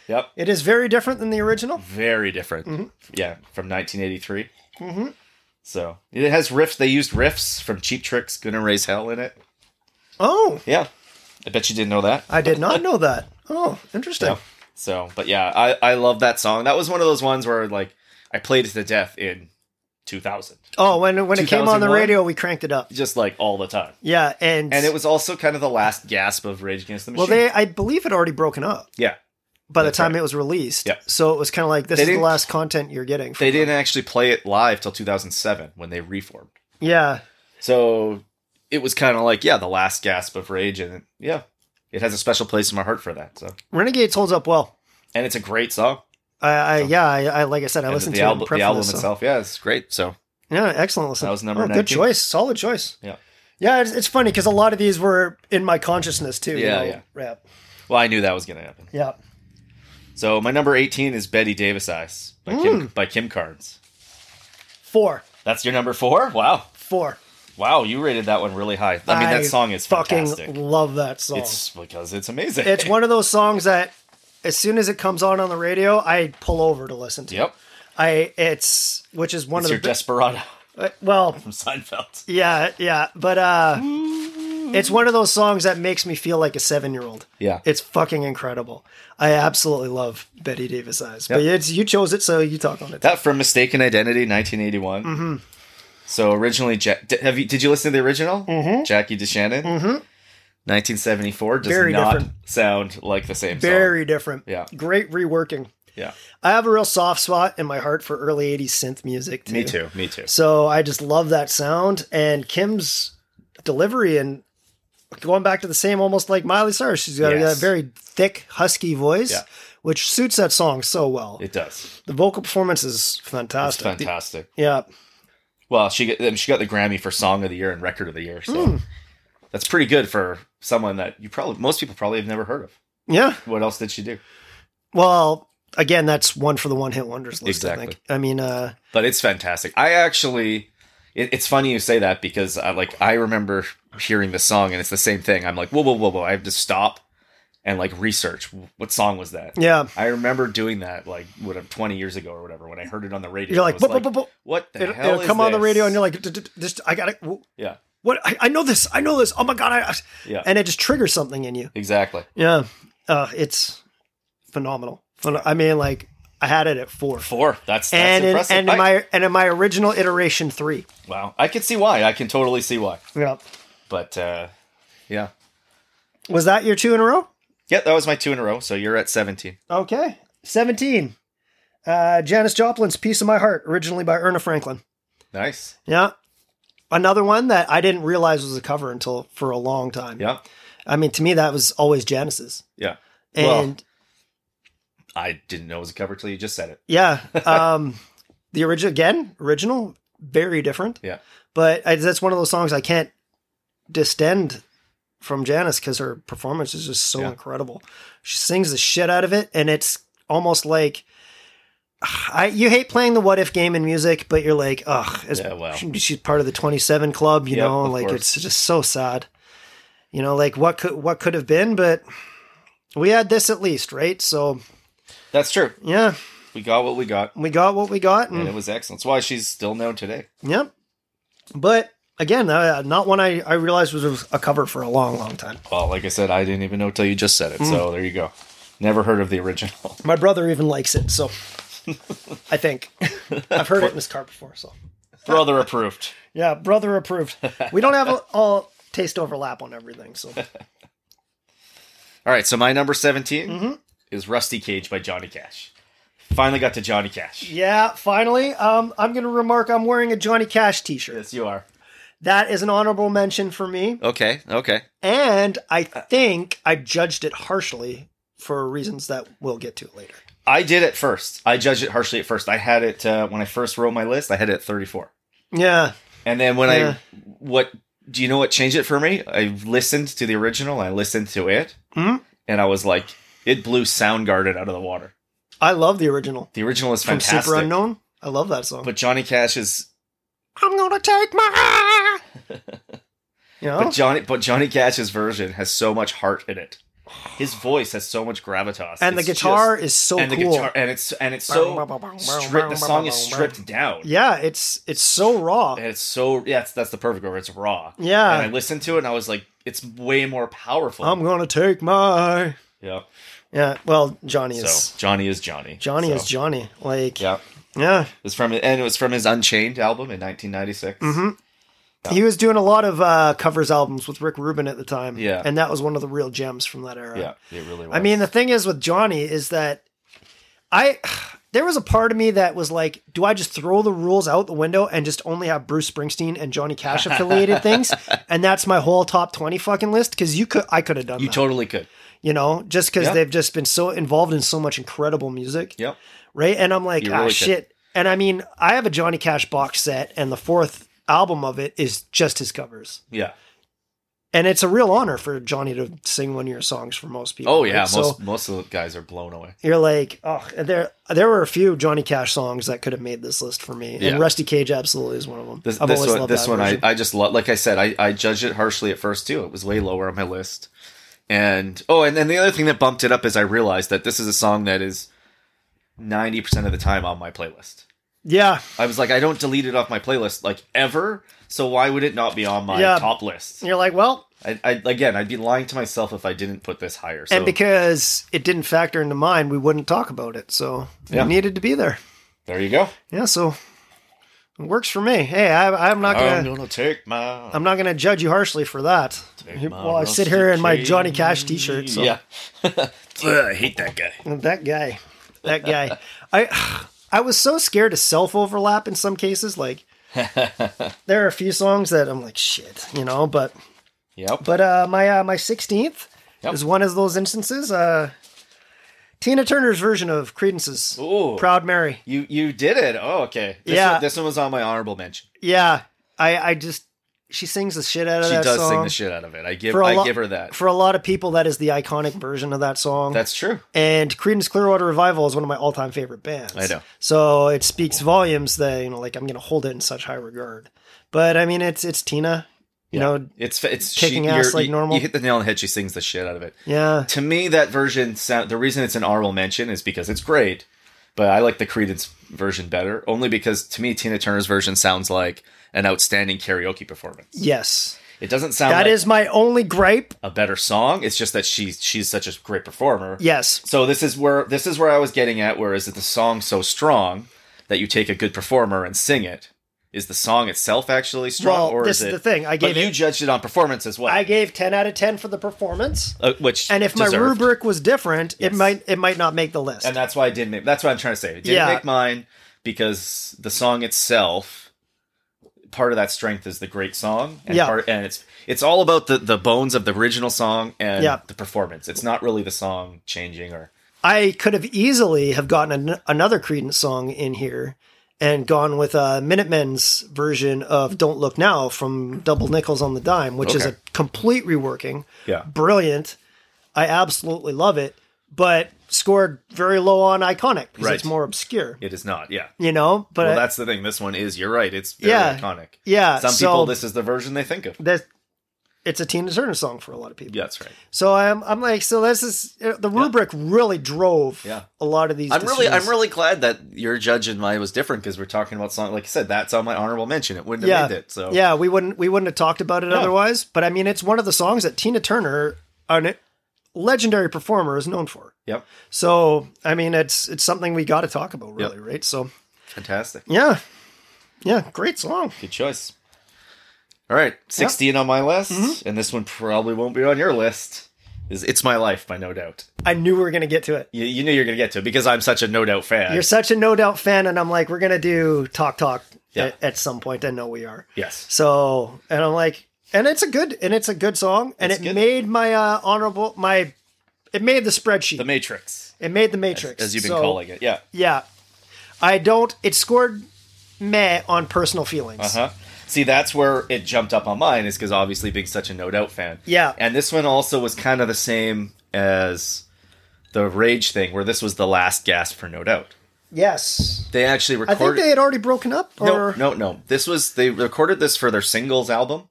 Yep. It is very different than the original. Very different. Yeah, from 1983. Mm-hmm. So it has riffs. They used riffs from Cheap Tricks, Gonna Raise Hell in it. Oh, Yeah. I bet you didn't know that. I did not know that. Oh, interesting. Yeah. So, but yeah, I, I love that song. That was one of those ones where like I played it to death in 2000, Oh, when when it came on the 2001? radio, we cranked it up. just like all the time. Yeah, and And it was also kind of the last gasp of Rage Against the Machine. well, they I believe had already broken up yeah, by the That's time right. it was released. Yeah. So it was kind of like this They is the didn't- last content you're getting. they didn't actually play it live till 2007 when they reformed. Yeah, So it was kind of like yeah, the last gasp of Rage, and yeah, it has a special place in my heart for that. So Renegades holds up well. and it's a great song. I, I yeah, I, I like I said, I And listened the to it in album, prep the for album this, so- itself, yeah, it's great. So Yeah, excellent listen. Oh, That was number Good 19. choice, solid choice. yeah. Yeah, it's, it's funny because a lot of these were in my consciousness too. you Yeah, know, yeah. rap. Well, I knew that was gonna happen. yeah. So my number 18 is Betty Davis Eyes by Kim Mm. by Kim Carnes. Four, That's your number four? Wow. four. Wow, you rated that one really high. I mean that song is fucking fantastic. love that song. It's because it's amazing. it's one of those songs that as soon as it comes on on the radio, I pull over to listen to. *laughs* Yep. I it's which is one It's of your the best. Desperado well, from Seinfeld. *laughs* yeah, yeah, but uh, it's one of those songs that makes me feel like a seven-year-old. Yeah. It's fucking incredible. I absolutely love Betty Davis Eyes. But it's you chose it, so you talk on it. That from Mistaken Identity 1981. Mm-hmm. So originally Jack d- have you did you listen to the original? Mm-hmm. Jackie DeShannon? Mm-hmm. 1974 does Very not different. sound like the same Very different. Yeah. Great reworking. song. Yeah. I have a real soft spot in my heart for early 80s synth music too. Me too. Me too. So I just love that sound and Kim's delivery and going back to the same almost like Miley Cyrus. She's got Yes. a very thick, husky voice, Yeah. which suits that song so well. It does. the vocal performance is It's fantastic. fantastic. yeah. Well, she got, I mean, she got the Grammy for Song of the Year and Record of the Year, so Hmm. that's pretty good for someone that you probably most people probably have never heard of. Yeah. What else did she do? Well, again, that's one for the one hit wonders list, I think. I mean, uh, But it's fantastic. I actually, it, it's funny you say that because I like I remember hearing the song and it's the same thing. I'm like, whoa, whoa, whoa, whoa! I have to stop and like research what song was that. yeah. I remember doing that like whatever 20 years ago or whatever when I heard it on the radio. You're I like, was "Bup, bup, bup, bup." what the It'll, hell? it'll is come on the this?" radio and you're like, "D- d- d- just, I got to, yeah, what? I, I know this. I know this. Oh my God. I, I-" Yeah. And it just triggers something in you. exactly. Yeah. Uh, it's phenomenal. Phen- I mean, like, I had it at four. Four. That's that's and in, impressive. and in I- my and in my original iteration three. wow, I can see why. I can totally see why. Yeah. But uh, yeah, Was that your two in a row? yeah, that was my two in a row. So you're at 17. Okay. Seventeen. Uh, Janis Joplin's "Piece of My Heart," originally by Erna Franklin. Nice. Yeah. Another one that I didn't realize was a cover until for a long time. Yeah, I mean, to me, that was always Janis's. yeah. And well, I didn't know it was a cover till you just said it. *laughs* yeah, um, the original, again, original, very different. Yeah, But I, that's one of those songs I can't distend from Janice because her performance is just so Yeah. incredible. She sings the shit out of it, and it's almost like *sighs* I you hate playing the what if game in music, but you're like, ugh, as- Yeah, well. she- she's part of the 27 club, you Yep, know, of like course. it's just so sad. You know, like what could what could have been, but we had this at least, right? So that's true. yeah, We got what we got, We got what we got. and And, it was excellent. That's why she's still known today. Yep. But again, uh, not one I, I realized was a cover for a long, long time. Well, like I said, I didn't even know till you just said Mm. it. So there you go. Never heard of the *laughs* original. My brother even likes it, so I think I've heard it in his car before. So Brother approved. yeah, brother approved. We don't have a, all taste overlap on everything, so All right, so my number 17 Mm-hmm. is Rusty Cage by Johnny Cash. Finally got to Johnny Cash. yeah. Finally, um, I'm going to remark I'm wearing a Johnny Cash T-shirt. Yes, you are. That is an honorable mention for me, Okay, okay. and I Uh. think I judged it harshly for reasons that we'll get to later. I did it first. I judged it harshly at first. I had it uh, when I first wrote my list. I had it at 34, Yeah, and then when Yeah. I what do you know what changed it for me? I listened to the original. I listened to it, Mhm. and I was like, it blew Soundgarden out of the water. I love the original The original is from fantastic, Super Unknown. I love that song. but Johnny Cash is. I'm gonna take my. *laughs* You know, But Johnny, but Johnny Cash's version has so much heart *sighs* in it. His voice has so much gravitas, and the It's just- guitar is so and cool. the guitar, and it's and it's so *laughs* stripped. The song is stripped down. Yeah, it's it's so raw. And it's so yeah, it's, that's the perfect word. It's raw. Yeah. Um, And I listened to it and I was like, it's way more powerful. I'm gonna take my. yeah. Yeah, well, Johnny is So Johnny is Johnny. Johnny So, is Johnny. Like, yeah, Yeah. It was from and it was from his Unchained album in 1996. Mm-hmm. he was doing a lot of uh, covers albums with Rick Rubin at the time. Yeah. and that was one of the real gems from that era. Yeah, it really was. I mean, the thing is with Johnny is that I *sighs* there was a part of me that was like, do I just throw the rules out the window and just only have Bruce Springsteen and Johnny Cash *laughs* affiliated things, and that's my whole top twenty fucking list? Because you could, I could have done you that, totally could. you know, just because Yeah. they've just been so involved in so much incredible music, Yep. right? And I'm like, You ah, really could. shit. And I mean, I have a Johnny Cash box set, and the fourth album of it is just his covers. Yeah. And it's a real honor for Johnny to sing one of your songs for most people. Oh yeah, right? So- most most of the guys are blown away. you're like, oh, there there were a few Johnny Cash songs that could have made this list for me, Yeah. and Rusty Cage absolutely is one of them. This, I've this always one, loved this that one, I, version. I just love. Like I said, I, I judged it harshly at first too. It was way lower on my list, and oh, and then the other thing that bumped it up is I realized that this is a song that is ninety percent of the time on my playlist. yeah, I was like, I don't delete it off my playlist like ever, so why would it not be on my Yeah. top list? you're like, well, I, I again, I'd be lying to myself if I didn't put this higher. So and because it didn't factor into mine, we wouldn't talk about it, so Yeah. it needed to be there. there you go. Yeah, so it works for me. Hey, I, I'm not I'm gonna. gonna take my. I'm not going to judge you harshly for that. take my While I sit here in my Rusty Johnny Cash Cage. t-shirt, so. Yeah, *laughs* Ugh, I hate that guy. That guy, that guy. I I was so scared of self overlap in some cases. *laughs* Like there are a few songs that I'm like shit, you know. But Yep. But uh, my uh, my sixteenth Yep. is one of those instances. Uh, Tina Turner's version of Credence's Ooh. "Proud Mary." You you did it. Oh, okay. This Yeah. One, this one was on my honorable mention. Yeah, I I just she sings the shit out of She that does song. sing the shit out of it. I give For a I lo- give her that. For a lot of people, that is the iconic version of that song. That's true. and Creedence Clearwater Revival is one of my all-time favorite bands. I know. So it speaks volumes that you know, like I'm going to hold it in such high regard. But I mean, it's it's Tina, you Yeah. know. It's it's kicking you're- ass like you- normal. You hit the nail on the head. She sings the shit out of it. Yeah, To me, that version sound. The reason it's an honorable mention is because it's great, but I like the Credence version better. Only because to me, Tina Turner's version sounds like an outstanding karaoke performance. yes, It doesn't sound that like is my only gripe. a better song. It's just that she's she's such a great performer. Yes, So this is where this is where I was getting at. Where is it the song so strong that you take a good performer and sing it? Is the song itself actually strong, Well, or this is is it the thing. I But gave you it- judged it on performance as well, I gave 10 out of 10 for the performance. uh, which And if my deserved. rubric was different, it Yes. might it might not make the list. and that's why I didn't make. That's what I'm trying to say. It didn't Yeah. make mine because the song itself. Part of that strength is the great song, and, Yeah. part, and it's it's all about the, the bones of the original song and Yeah. the performance. It's not really the song changing or I could have easily have gotten an, another Creedence song in here and gone with uh, Minutemen's version of "Don't Look Now" from Double Nickels on the Dime, which is a Okay. complete reworking. yeah Brilliant. I absolutely love it, but scored very low on iconic because Right. it's more obscure. it is not yeah You know, but Well, I- that's the thing. This one is. You're right. It's very Yeah. iconic. yeah. Some so people, this is the version they think of. that it's a Tina Turner song for a lot of people. Yeah, that's right. So I'm I'm like so this is the rubric really drove Yeah. a lot of these. I'm really, I'm decisions. really glad that your judge and mine was different because we're talking about song. Like I said, that's on my honorable mention. It wouldn't yeah have made it. So yeah we wouldn't we wouldn't have talked about it otherwise. But I mean it's one of the songs that Tina Turner, an legendary performer, is known for. yep, So I mean it's it's something we got to talk about really, right? So fantastic, yeah, yeah, great song. good choice. Mm-hmm. All right, 16 on my list, and this one probably won't be on your list. Is "It's My Life" by No Doubt. I knew we were gonna get to it. You, you knew you're gonna get to it because I'm such a No Doubt fan. You're such a no doubt fan, and I'm like, we're gonna do talk talk Yeah. at, at some point. I know we are. yes, So, and I'm like, and it's a good, and it's a good song, and It's it good. made my uh, honorable, my, it made the spreadsheet, The Matrix, it made the matrix, as you've been So, calling it. Yeah. Yeah, I don't. It scored meh on personal feelings. Uh huh. See, that's where it jumped up on mine, is because obviously being such a No Doubt fan. Yeah. And this one also was kind of the same as the Rage thing, where this was the last gasp for No Doubt. Yes, They actually I think recorded. they had already broken up. Or no, no, no. This was they recorded this for their singles album.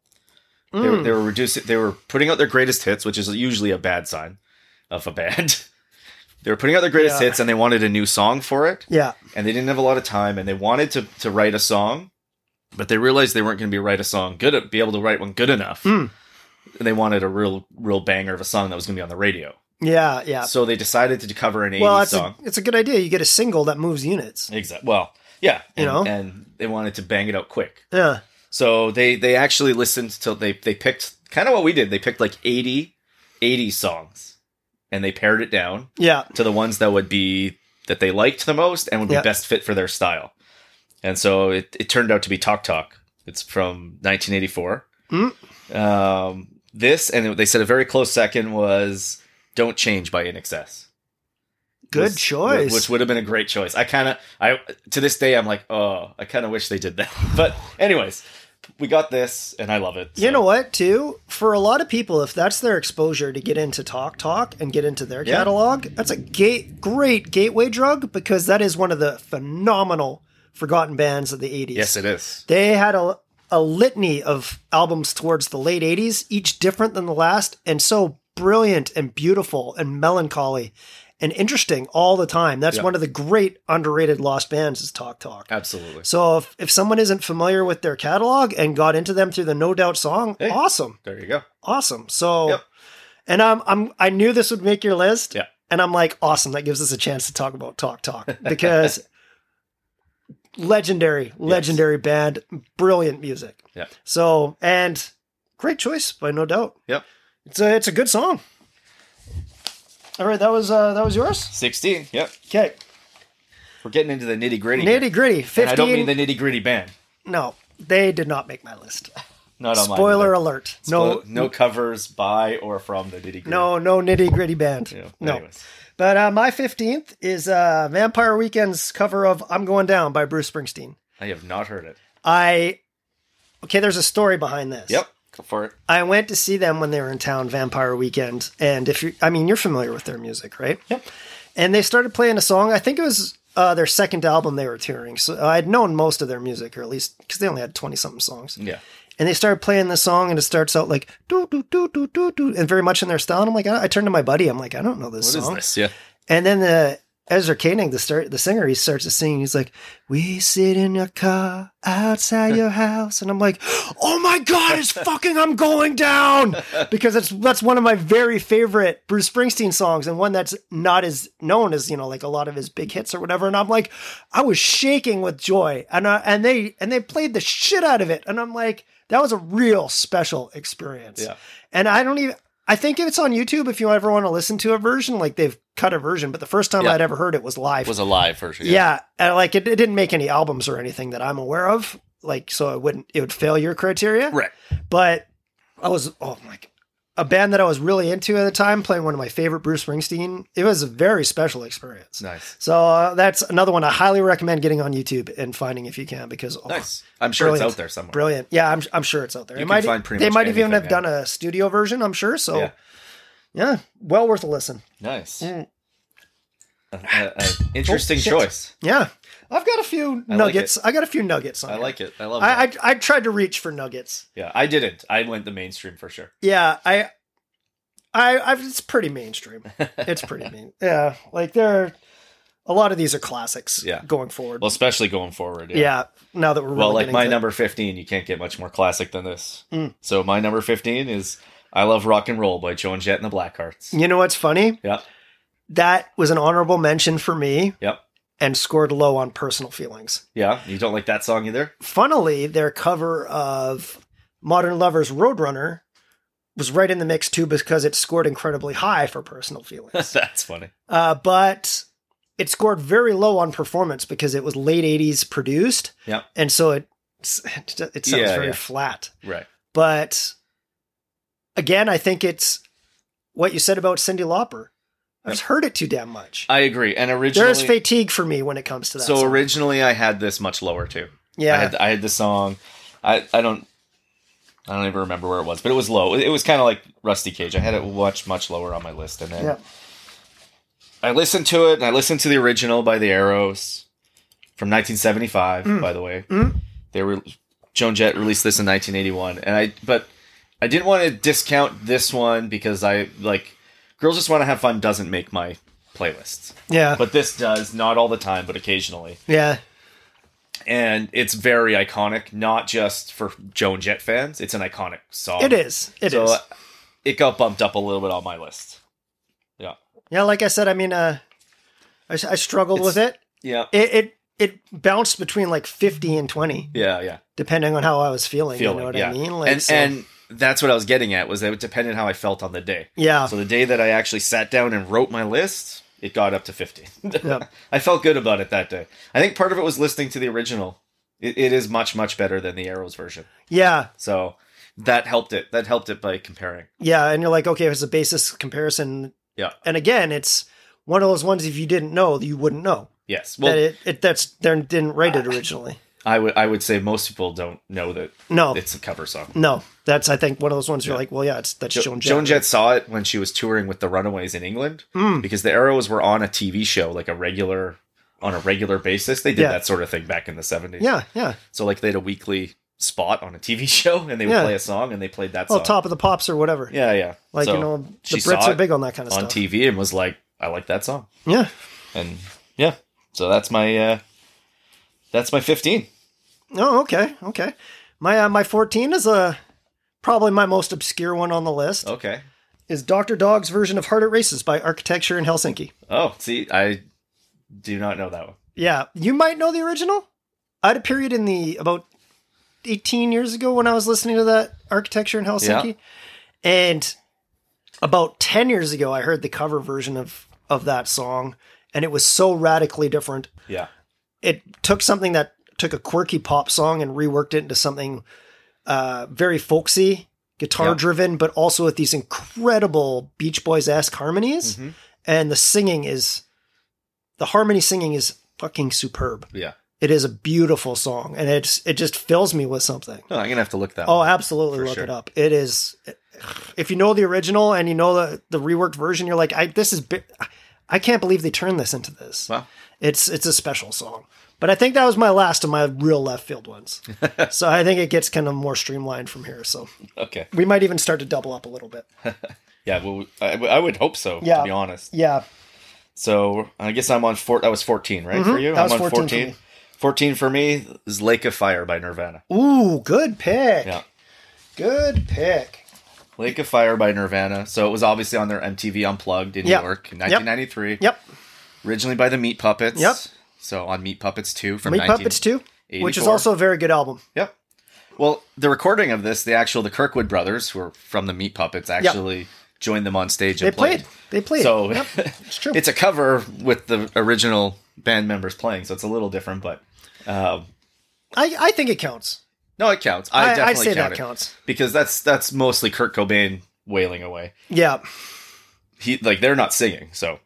They, Mm. were, they were reducing. They were putting out their greatest hits, which is usually a bad sign of a band. *laughs* they were putting out their greatest Yeah. hits, and they wanted a new song for it yeah, and they didn't have a lot of time and they wanted to, to write a song but they realized they weren't going to be write a song good be able to write one good enough Mm. and they wanted a real real banger of a song that was going to be on the radio yeah, yeah. so they decided to cover an 80s well, it's a, song it's a good idea. You get a single that moves units. exactly well yeah and, You know? and they wanted to bang it out quick Yeah, so they they actually listened till they they picked kind of what we did they picked like 80 80 songs and they pared it down yeah, to the ones that would be that they liked the most and would Yeah. be best fit for their style. And so it, it turned out to be Talk Talk. It's from 1984. Um, this and they said a very close second was Don't Change by InXS. good Which- choice. Which would have been a great choice. I kind of I to this day I'm like, "Oh, I kind of wish they did that." *laughs* But anyways, we got this and I love it. You so. know what, too? For a lot of people, if that's their exposure to get into Talk Talk and get into their Yeah. catalog, that's a gate, great gateway drug because that is one of the phenomenal forgotten bands of the 80s. Yes, it is. They had a, a litany of albums towards the late 80s, each different than the last, and so brilliant and beautiful and melancholy and interesting all the time. That's Yeah. one of the great underrated lost bands is Talk Talk. Absolutely. So if, if someone isn't familiar with their catalog and got into them through the No Doubt song, Hey. awesome, There you go. awesome. So, Yep. and I'm I'm I knew this would make your list. Yeah. And I'm like, awesome. That gives us a chance to talk about Talk Talk because *laughs* legendary, legendary band, brilliant music. Yeah. So and great choice by No Doubt. Yep. It's a it's a good song. All right, that was uh, that was yours. 16. Yep. Okay, We're getting into the nitty-gritty. here. nitty gritty. Fifteen. And I don't mean the nitty gritty band. no, they did not make my list. Not on Spoiler alert. No, No, no covers by or from the nitty gritty. no, no nitty gritty band. Yeah, no. anyways. But uh, my 15th is uh, Vampire Weekend's cover of I'm Going Down by Bruce Springsteen. I have not heard it. I. Okay, there's a story behind this. Yep, go for it. I went to see them when they were in town, Vampire Weekend. And if you, I mean, you're familiar with their music, right? Yep. And they started playing a song. I think it was uh, their second album they were touring. So I'd known most of their music, or at least because they only had 20 something songs. Yeah, and they started playing this song and it starts out like do do do do do do and very much in their style and i'm like i, I turned to my buddy i'm like i don't know this What is song this? Yeah, and then the ezra koenig the start the singer he starts to sing he's like we sit in your car outside your house and i'm like oh my god it's fucking i'm going down because it's that's one of my very favorite bruce springsteen songs and one that's not as known as you know like a lot of his big hits or whatever and i'm like i was shaking with joy and I, and they and they played the shit out of it and i'm like that was a real special experience Yeah. and i don't even I think it's on YouTube if you ever want to listen to a version. Like they've cut a version, but the first time Yeah. I'd ever heard it was live. a live version. yeah, and, like it, it didn't make any albums or anything that I'm aware of. Like so, it wouldn't it would fail your criteria. right. But I was oh my, g- a band that I was really into at the time playing one of my favorite Bruce Springsteen. It was a very special experience. Nice, So uh, that's another one I highly recommend getting on YouTube and finding if you can because oh, nice. I'm sure Brilliant. it's out there somewhere. brilliant. Yeah, I'm I'm sure it's out there. You It can might- e-, find pretty they much might even anything have now. done a studio version. I'm sure. So Yeah. yeah, well worth a listen. Nice. Mm. A- a- a interesting Oh, shit. choice. Yeah, I've got a few I like nuggets. I got a few nuggets. On I here. like it. I love I, it. I I tried to reach for nuggets. Yeah, I didn't. I went the mainstream for sure. Yeah, I, I, I've, it's pretty *laughs* mainstream. It's pretty mean. Yeah, like there, are, a lot of these are classics. Yeah. going forward. Well, especially going forward. yeah. now that we're really well, like getting my to- number 15, you can't get much more classic than this. Mm. So my number 15 is I Love Rock and Roll by Joan Jett and the Blackhearts. You know what's funny? Yeah. That was an honorable mention for me. Yep. And scored low on personal feelings. Yeah, you don't like that *laughs* song either? Funnily, their cover of Modern Lover's Roadrunner was right in the mix too because it scored incredibly high for personal *laughs* feelings. That's funny. uh, but it scored very low on performance because it was late 80s produced. Yep. And so it, it sounds Yeah, very yeah. flat. Right. But again, I think it's what you said about Cindy Lauper. I've Yep. heard it too damn much. I agree. And originally, There's fatigue for me when it comes to that. so song. originally I had this much lower too. I yeah, had I had the song. I I don't I don't even remember where it was, but it was low. It was kind of like Rusty Cage. I had it much much lower on my list, and then Yeah. I listened to it, and I listened to the original by the Arrows from 1975. Mm. By the way, Mm. they were Joan Jett released this in 1981, and I but I didn't want to discount this one because I like Girls Just Want to Have Fun doesn't make my playlists, yeah, but this does not all the time, but occasionally yeah, and it's very iconic, not just for Joan Jett fans. It's an iconic song. it is. It is. so uh, it got bumped up a little bit on my list. Yeah, Yeah, like I said, I mean, uh, I, s- I struggled with it. yeah, It it it bounced between like 50 and 20, yeah, yeah. depending on how I was feeling. Feeling, you know what yeah. I mean? Like, and so- and that's what I was getting at was that it depended how I felt on the day. yeah, So the day that I actually sat down and wrote my list, it got up to fifty. *laughs* yeah, I felt good about it that day. I think part of it was listening to the original. It, it is much much better than the Arrows version, yeah, so that helped it. That helped it by comparing. yeah. And you're like, okay, it's a basis comparison. Yeah. And again, it's one of those ones if you didn't know, you wouldn't know Yes. Well, that it, it that's they didn't write it originally. I would I would say most people don't know that No, it's a cover song. no, that's I think one of those ones you're like, well, yeah, it's that's Mm, Joan Jett. Joan Jett saw it when she was touring with the Runaways in England Mm. because the Arrows were on a TV show like a regular on a regular basis. They did Yeah. that sort of thing back in the 70s. Yeah, yeah. So like they had a weekly spot on a TV *laughs* show and they would Yeah. play a song and they played that Well, song. top of the pops or whatever. Yeah, yeah. Like So you know, the she Brits saw are it big on that kind of on stuff. TV and was like, I like that song. Yeah, And yeah. So that's my uh that's my 15. Oh, okay, okay. My uh, my fourteen is uh, probably my most obscure one on the list. Okay. Is Doctor Dog's version of Heart at Races by Architecture in Helsinki? Oh, see, I do not know that one. Yeah, you might know the original. I had a period in the about eighteen years ago when I was listening to that Architecture in Helsinki, and about ten years ago I heard the cover version of of that song, and it was so radically different Yeah. it took something that took a quirky pop song and reworked it into something uh, very folksy, guitar Yeah. driven, but also with these incredible Beach Boys esque harmonies. Mhm. And the singing is the harmony singing is fucking superb. Yeah. It is a beautiful song, and it's it just fills me with something. No, I'm going to have to look that Oh, one. absolutely, for look sure. it up. It is. If you know the original and you know the the reworked version, you're like, I this is. bi- I can't believe they turned this into this. Wow. It's it's a special song. But I think that was my last of my real left field *laughs* ones. so I think it gets kind of more streamlined from here. So Okay. we might even start to double up a little bit. Yeah, well, I, I would hope so. Yeah. to be honest. Yeah. So I guess I'm on four. That was fourteen, right? For you, Mm-hmm. that was I'm on 14 for me. 14 for me is Lake of Fire by Nirvana. Ooh, good pick. Yeah. Good pick. Lake of Fire by Nirvana. So it was obviously on their MTV Unplugged in Yeah. New York in Yep. 1993. Yep. Originally by the Meat Puppets. Yep. So on Meat Puppets 2 from Meat Puppets 19 too, which is 84. also a very good album. Yep. Well, the recording of this, the actual the Kirkwood brothers, who are from the Meat Puppets, actually joined them on stage They and played. They played. So *laughs* Yep, it's true. it's a cover with the original band members playing, so it's a little different, but um, I, I think it counts. no, it counts. I, I, I, definitely say count that it counts. because that's that's mostly Kurt Cobain wailing away. Yeah. He like they're not singing, so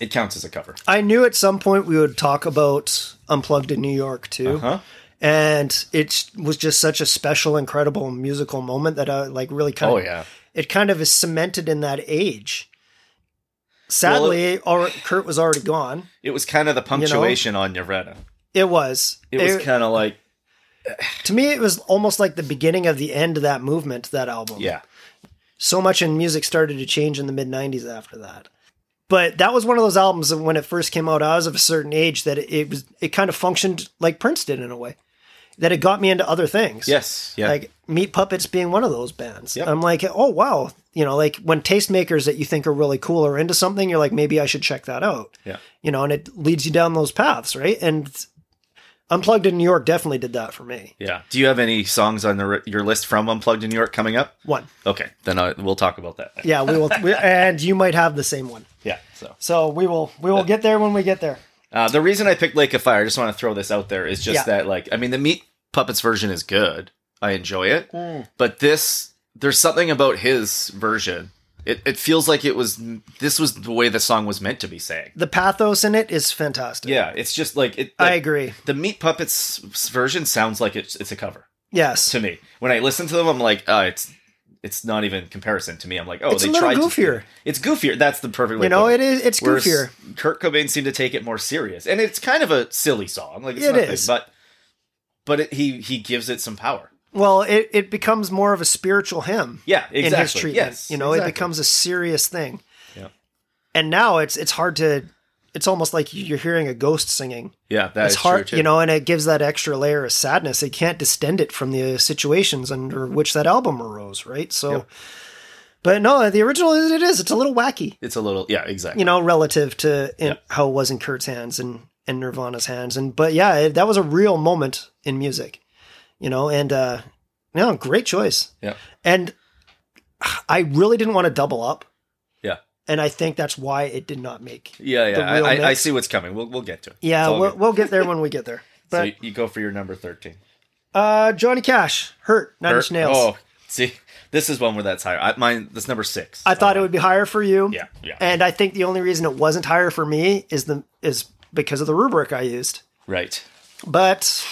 it counts as a cover. I knew at some point we would talk about Unplugged in New York too. Huh? and it was just such a special incredible musical moment that i like really kind Oh of yeah, it kind of is cemented in that age Sadly, alre Kurt was already gone. It was kind of the punctuation on Neretta. It was. It was It- kind of like, to me, it was almost like the beginning of the end of that movement, that album. yeah, so much in music started to change in the mid 90s after that. But that was one of those albums that when it first came out, I was of a certain age that it, it was it kind of functioned like Prince did in a way. That it got me into other things. yes, yeah, Like Meat Puppets being one of those bands. Yep. I'm like, oh wow. You know, like when tastemakers that you think are really cool are into something, you're like, maybe I should check that out. yeah, You know, and it leads you down those paths, right? And Unplugged in New York definitely did that for me. yeah. Do you have any songs on the, ri- your list from Unplugged in New York coming up? One. Okay, then I, we'll talk about that. Yeah, we will *laughs* we, and you might have the same one. Yeah. So So we will we will get there when we get there. uh, the reason I picked Lake of Fire, I just want to throw this out there, is just Yeah. that like I mean the Meat Puppets version is good. I enjoy it, Hmm. but this there's something about his version. It, it feels like it was this was the way the song was meant to be sang. The pathos in it is fantastic. Yeah, it's just like it. I like, agree. the Meat Puppets version sounds like it's it's a cover Yes. to me. When I listen to them, I'm like, uh, it's it's not even comparison to me. I'm like, oh, It's a they little tried goofier. To, it's goofier. That's the perfect way. you to know, put it is it's Whereas goofier. Kurt Cobain seemed to take it more serious, and it's kind of a silly song. Like it's It nothing, is. but but it, he he gives it some power. Well, it, it becomes more of a spiritual hymn. Yeah, In his exactly. treatment. Yes, you know, exactly. it becomes a serious thing. Yeah. And now it's it's hard to it's almost like you're hearing a ghost singing. Yeah, that's it's hard, true too. you know, and it gives that extra layer of sadness. It can't distend it from the situations under which that album arose, right? So Yep. But no, the original is it is. It's a little wacky. It's a little yeah, exactly. you know, relative to in, Yeah. how it was in Kurt's hands and and Nirvana's hands. And but yeah, it, that was a real moment in music, you know. And uh, no, great choice. Yeah. And I really didn't want to double up. Yeah. And I think that's why it did not make. yeah, the yeah. I, real I, I mix. see what's coming. We'll we'll get to it. It's Yeah, all we'll, good. we'll get there when we get *laughs* there. so But you, you go for your number thirteen. uh, Johnny Cash hurt Nine Inch Or- Nails. Oh, see, this is one where that's higher. I, mine that's number six. Uh, I thought it would be higher for you. Yeah, yeah. And I think the only reason it wasn't higher for me is the is because of the rubric I used. right. But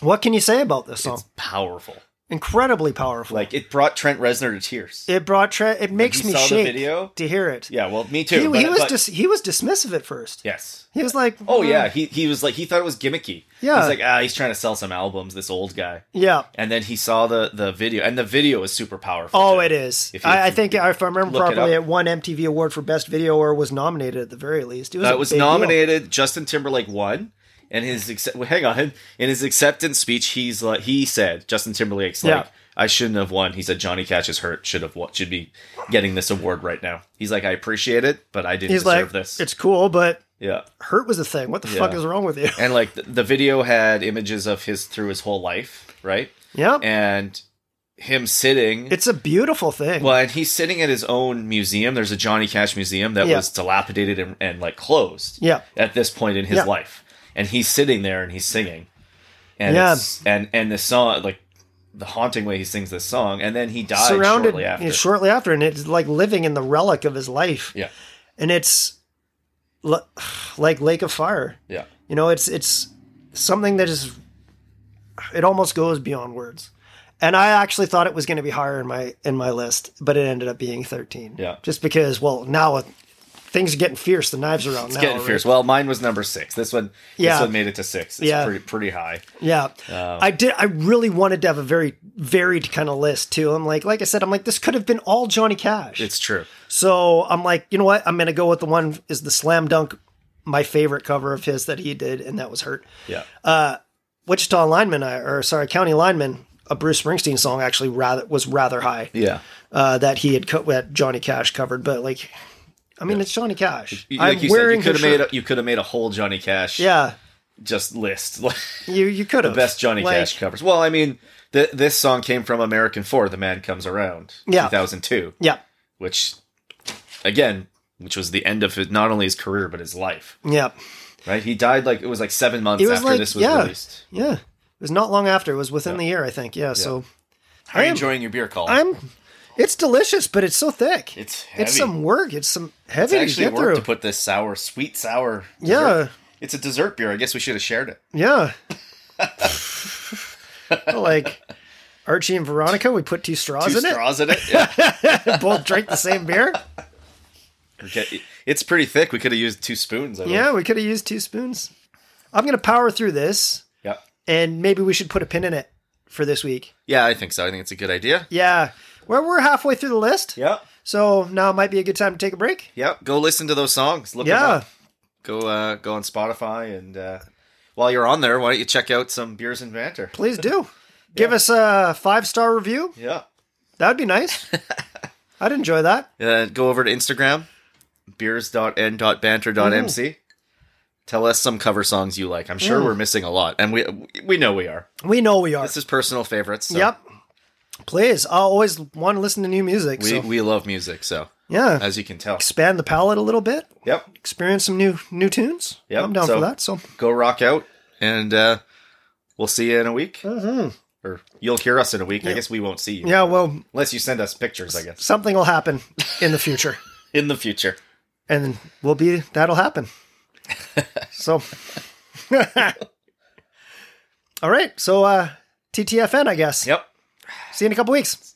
what can you say about this song? It's powerful. incredibly powerful. Like it brought Trent Reznor to tears. it brought tra- it makes you me saw the shake video? to hear it. yeah, well, me too. he, but- he was but- dis- he was dismissive at first. yes. He was like, Oh "Mm, yeah, he he was like he thought it was gimmicky. Yeah. he's like ah, he's trying to sell some albums. This old guy, yeah." and then he saw the the video, and the video is super powerful. Oh, too. it is. If you- I, I think if I remember look it properly, up. it won MTV Award for Best Video or was nominated at the very least. It was a That was big deal. nominated. Justin Timberlake won, and his accept- well, hang on in his acceptance speech, he's like he said Justin Timberlake's like Yeah. I shouldn't have won. He said Johnny Cash is hurt. Should have won. Should be getting this award right now. He's like I appreciate it, but I didn't He's deserve like, this. "It's cool, but yeah. hurt was a thing. What the fuck Yeah. is wrong with you?" And like the, the video had images of his through his whole life, right? *laughs* yeah, And him sitting it's a beautiful thing. Well, and he's sitting at his own museum. There's a Johnny Cash museum that Yeah. was dilapidated and, and like closed yeah, at this point in his Yeah. life, and he's sitting there and he's singing, and Yeah. it's, and and the song like the haunting way he sings this song, and then he dies surrounded shortly after. yeah, shortly after, and it's like living in the relic of his life. yeah, and it's l- *sighs* like Lake of Fire. yeah, You know, it's it's something that is it almost goes beyond words. And I actually thought it was going to be higher in my in my list, but it ended up being 13. Yeah. Just because well, now it- things are getting fierce, the knives are out now. getting right? fierce. Well, mine was number six. This one, Yeah. this one made it to six. It's Yeah. pretty pretty high. Yeah. Uh, I did I really wanted to have a very varied kind of list too. I'm like like I said I'm like this could have been all Johnny Cash. It's true. So I'm like, you know what? I'm gonna go with the one is the slam dunk, my favorite cover of his that he did, and that was hurt. Yeah, Uh, Wichita lineman, I- or sorry, county lineman, a Bruce Springsteen song actually rather was rather high yeah. uh, that he had co- that Johnny Cash covered, but like, I mean, it's Johnny Cash. You- I'm Like you said, you wearing could his have made a, shirt. you could have made a whole Johnny Cash yeah, just list. *laughs* you you could have best Johnny Like, Cash covers. Well, I mean, th- this song came from American Four, The Man Comes Around, Yeah. 2002, Yeah, which, again, which was the end of his, not only his career but his life. yeah, Right? He died like it was like seven months It was after like- this was yeah. released. yeah. It was not long after. It was within the year, I think. Yeah. So How are I you am- enjoying your beer call? I'm. It's delicious, but it's so thick. it's heavy. it's some work. It's some It's heavy to actually get work through. to put this sour, sweet sour. yeah. dessert- It's a dessert beer. I guess we should have shared it. Yeah. *laughs* like Archie and Veronica, we put two straws Two in *laughs* straws in it. Yeah. *laughs* it, both drank the same beer. Get- It's pretty thick. We could have used two spoons. I think. Yeah, we could have used two spoons. I'm going to power through this, Yep. and maybe we should put a pin in it for this week. Yeah, I think so. I think it's a good idea. Yeah, well, we're halfway through the list, Yep. so now might be a good time to take a break. Yep. Go listen to those songs. Look them yeah, up. Go uh, go on Spotify and uh, while you're on there, why don't you check out some beers and banter? please *laughs* do. Give us a five star review. Yeah. That would be *laughs* nice. I'd enjoy that. Uh, go over to Instagram, beers.n.banter.mc. Tell us some cover songs you like. I'm sure we're missing a lot, and we we know we are. We know we are. This is personal favorites. So Yep. Please, I always want to listen to new music. We so we love music, so yeah, as you can tell. expand the palette a little bit, Yep. experience some new new tunes. Yep, I'm down so- for that. So Go rock out, and uh, we'll see you in a week, Mhm. or you'll hear us in a week. I guess we won't see you yeah, well, unless you send us pictures. I guess something will happen in the future, in the future. and we'll be that'll happen. So, *laughs* all right. So uh, TTFN, I guess. Yep. See you in a couple weeks.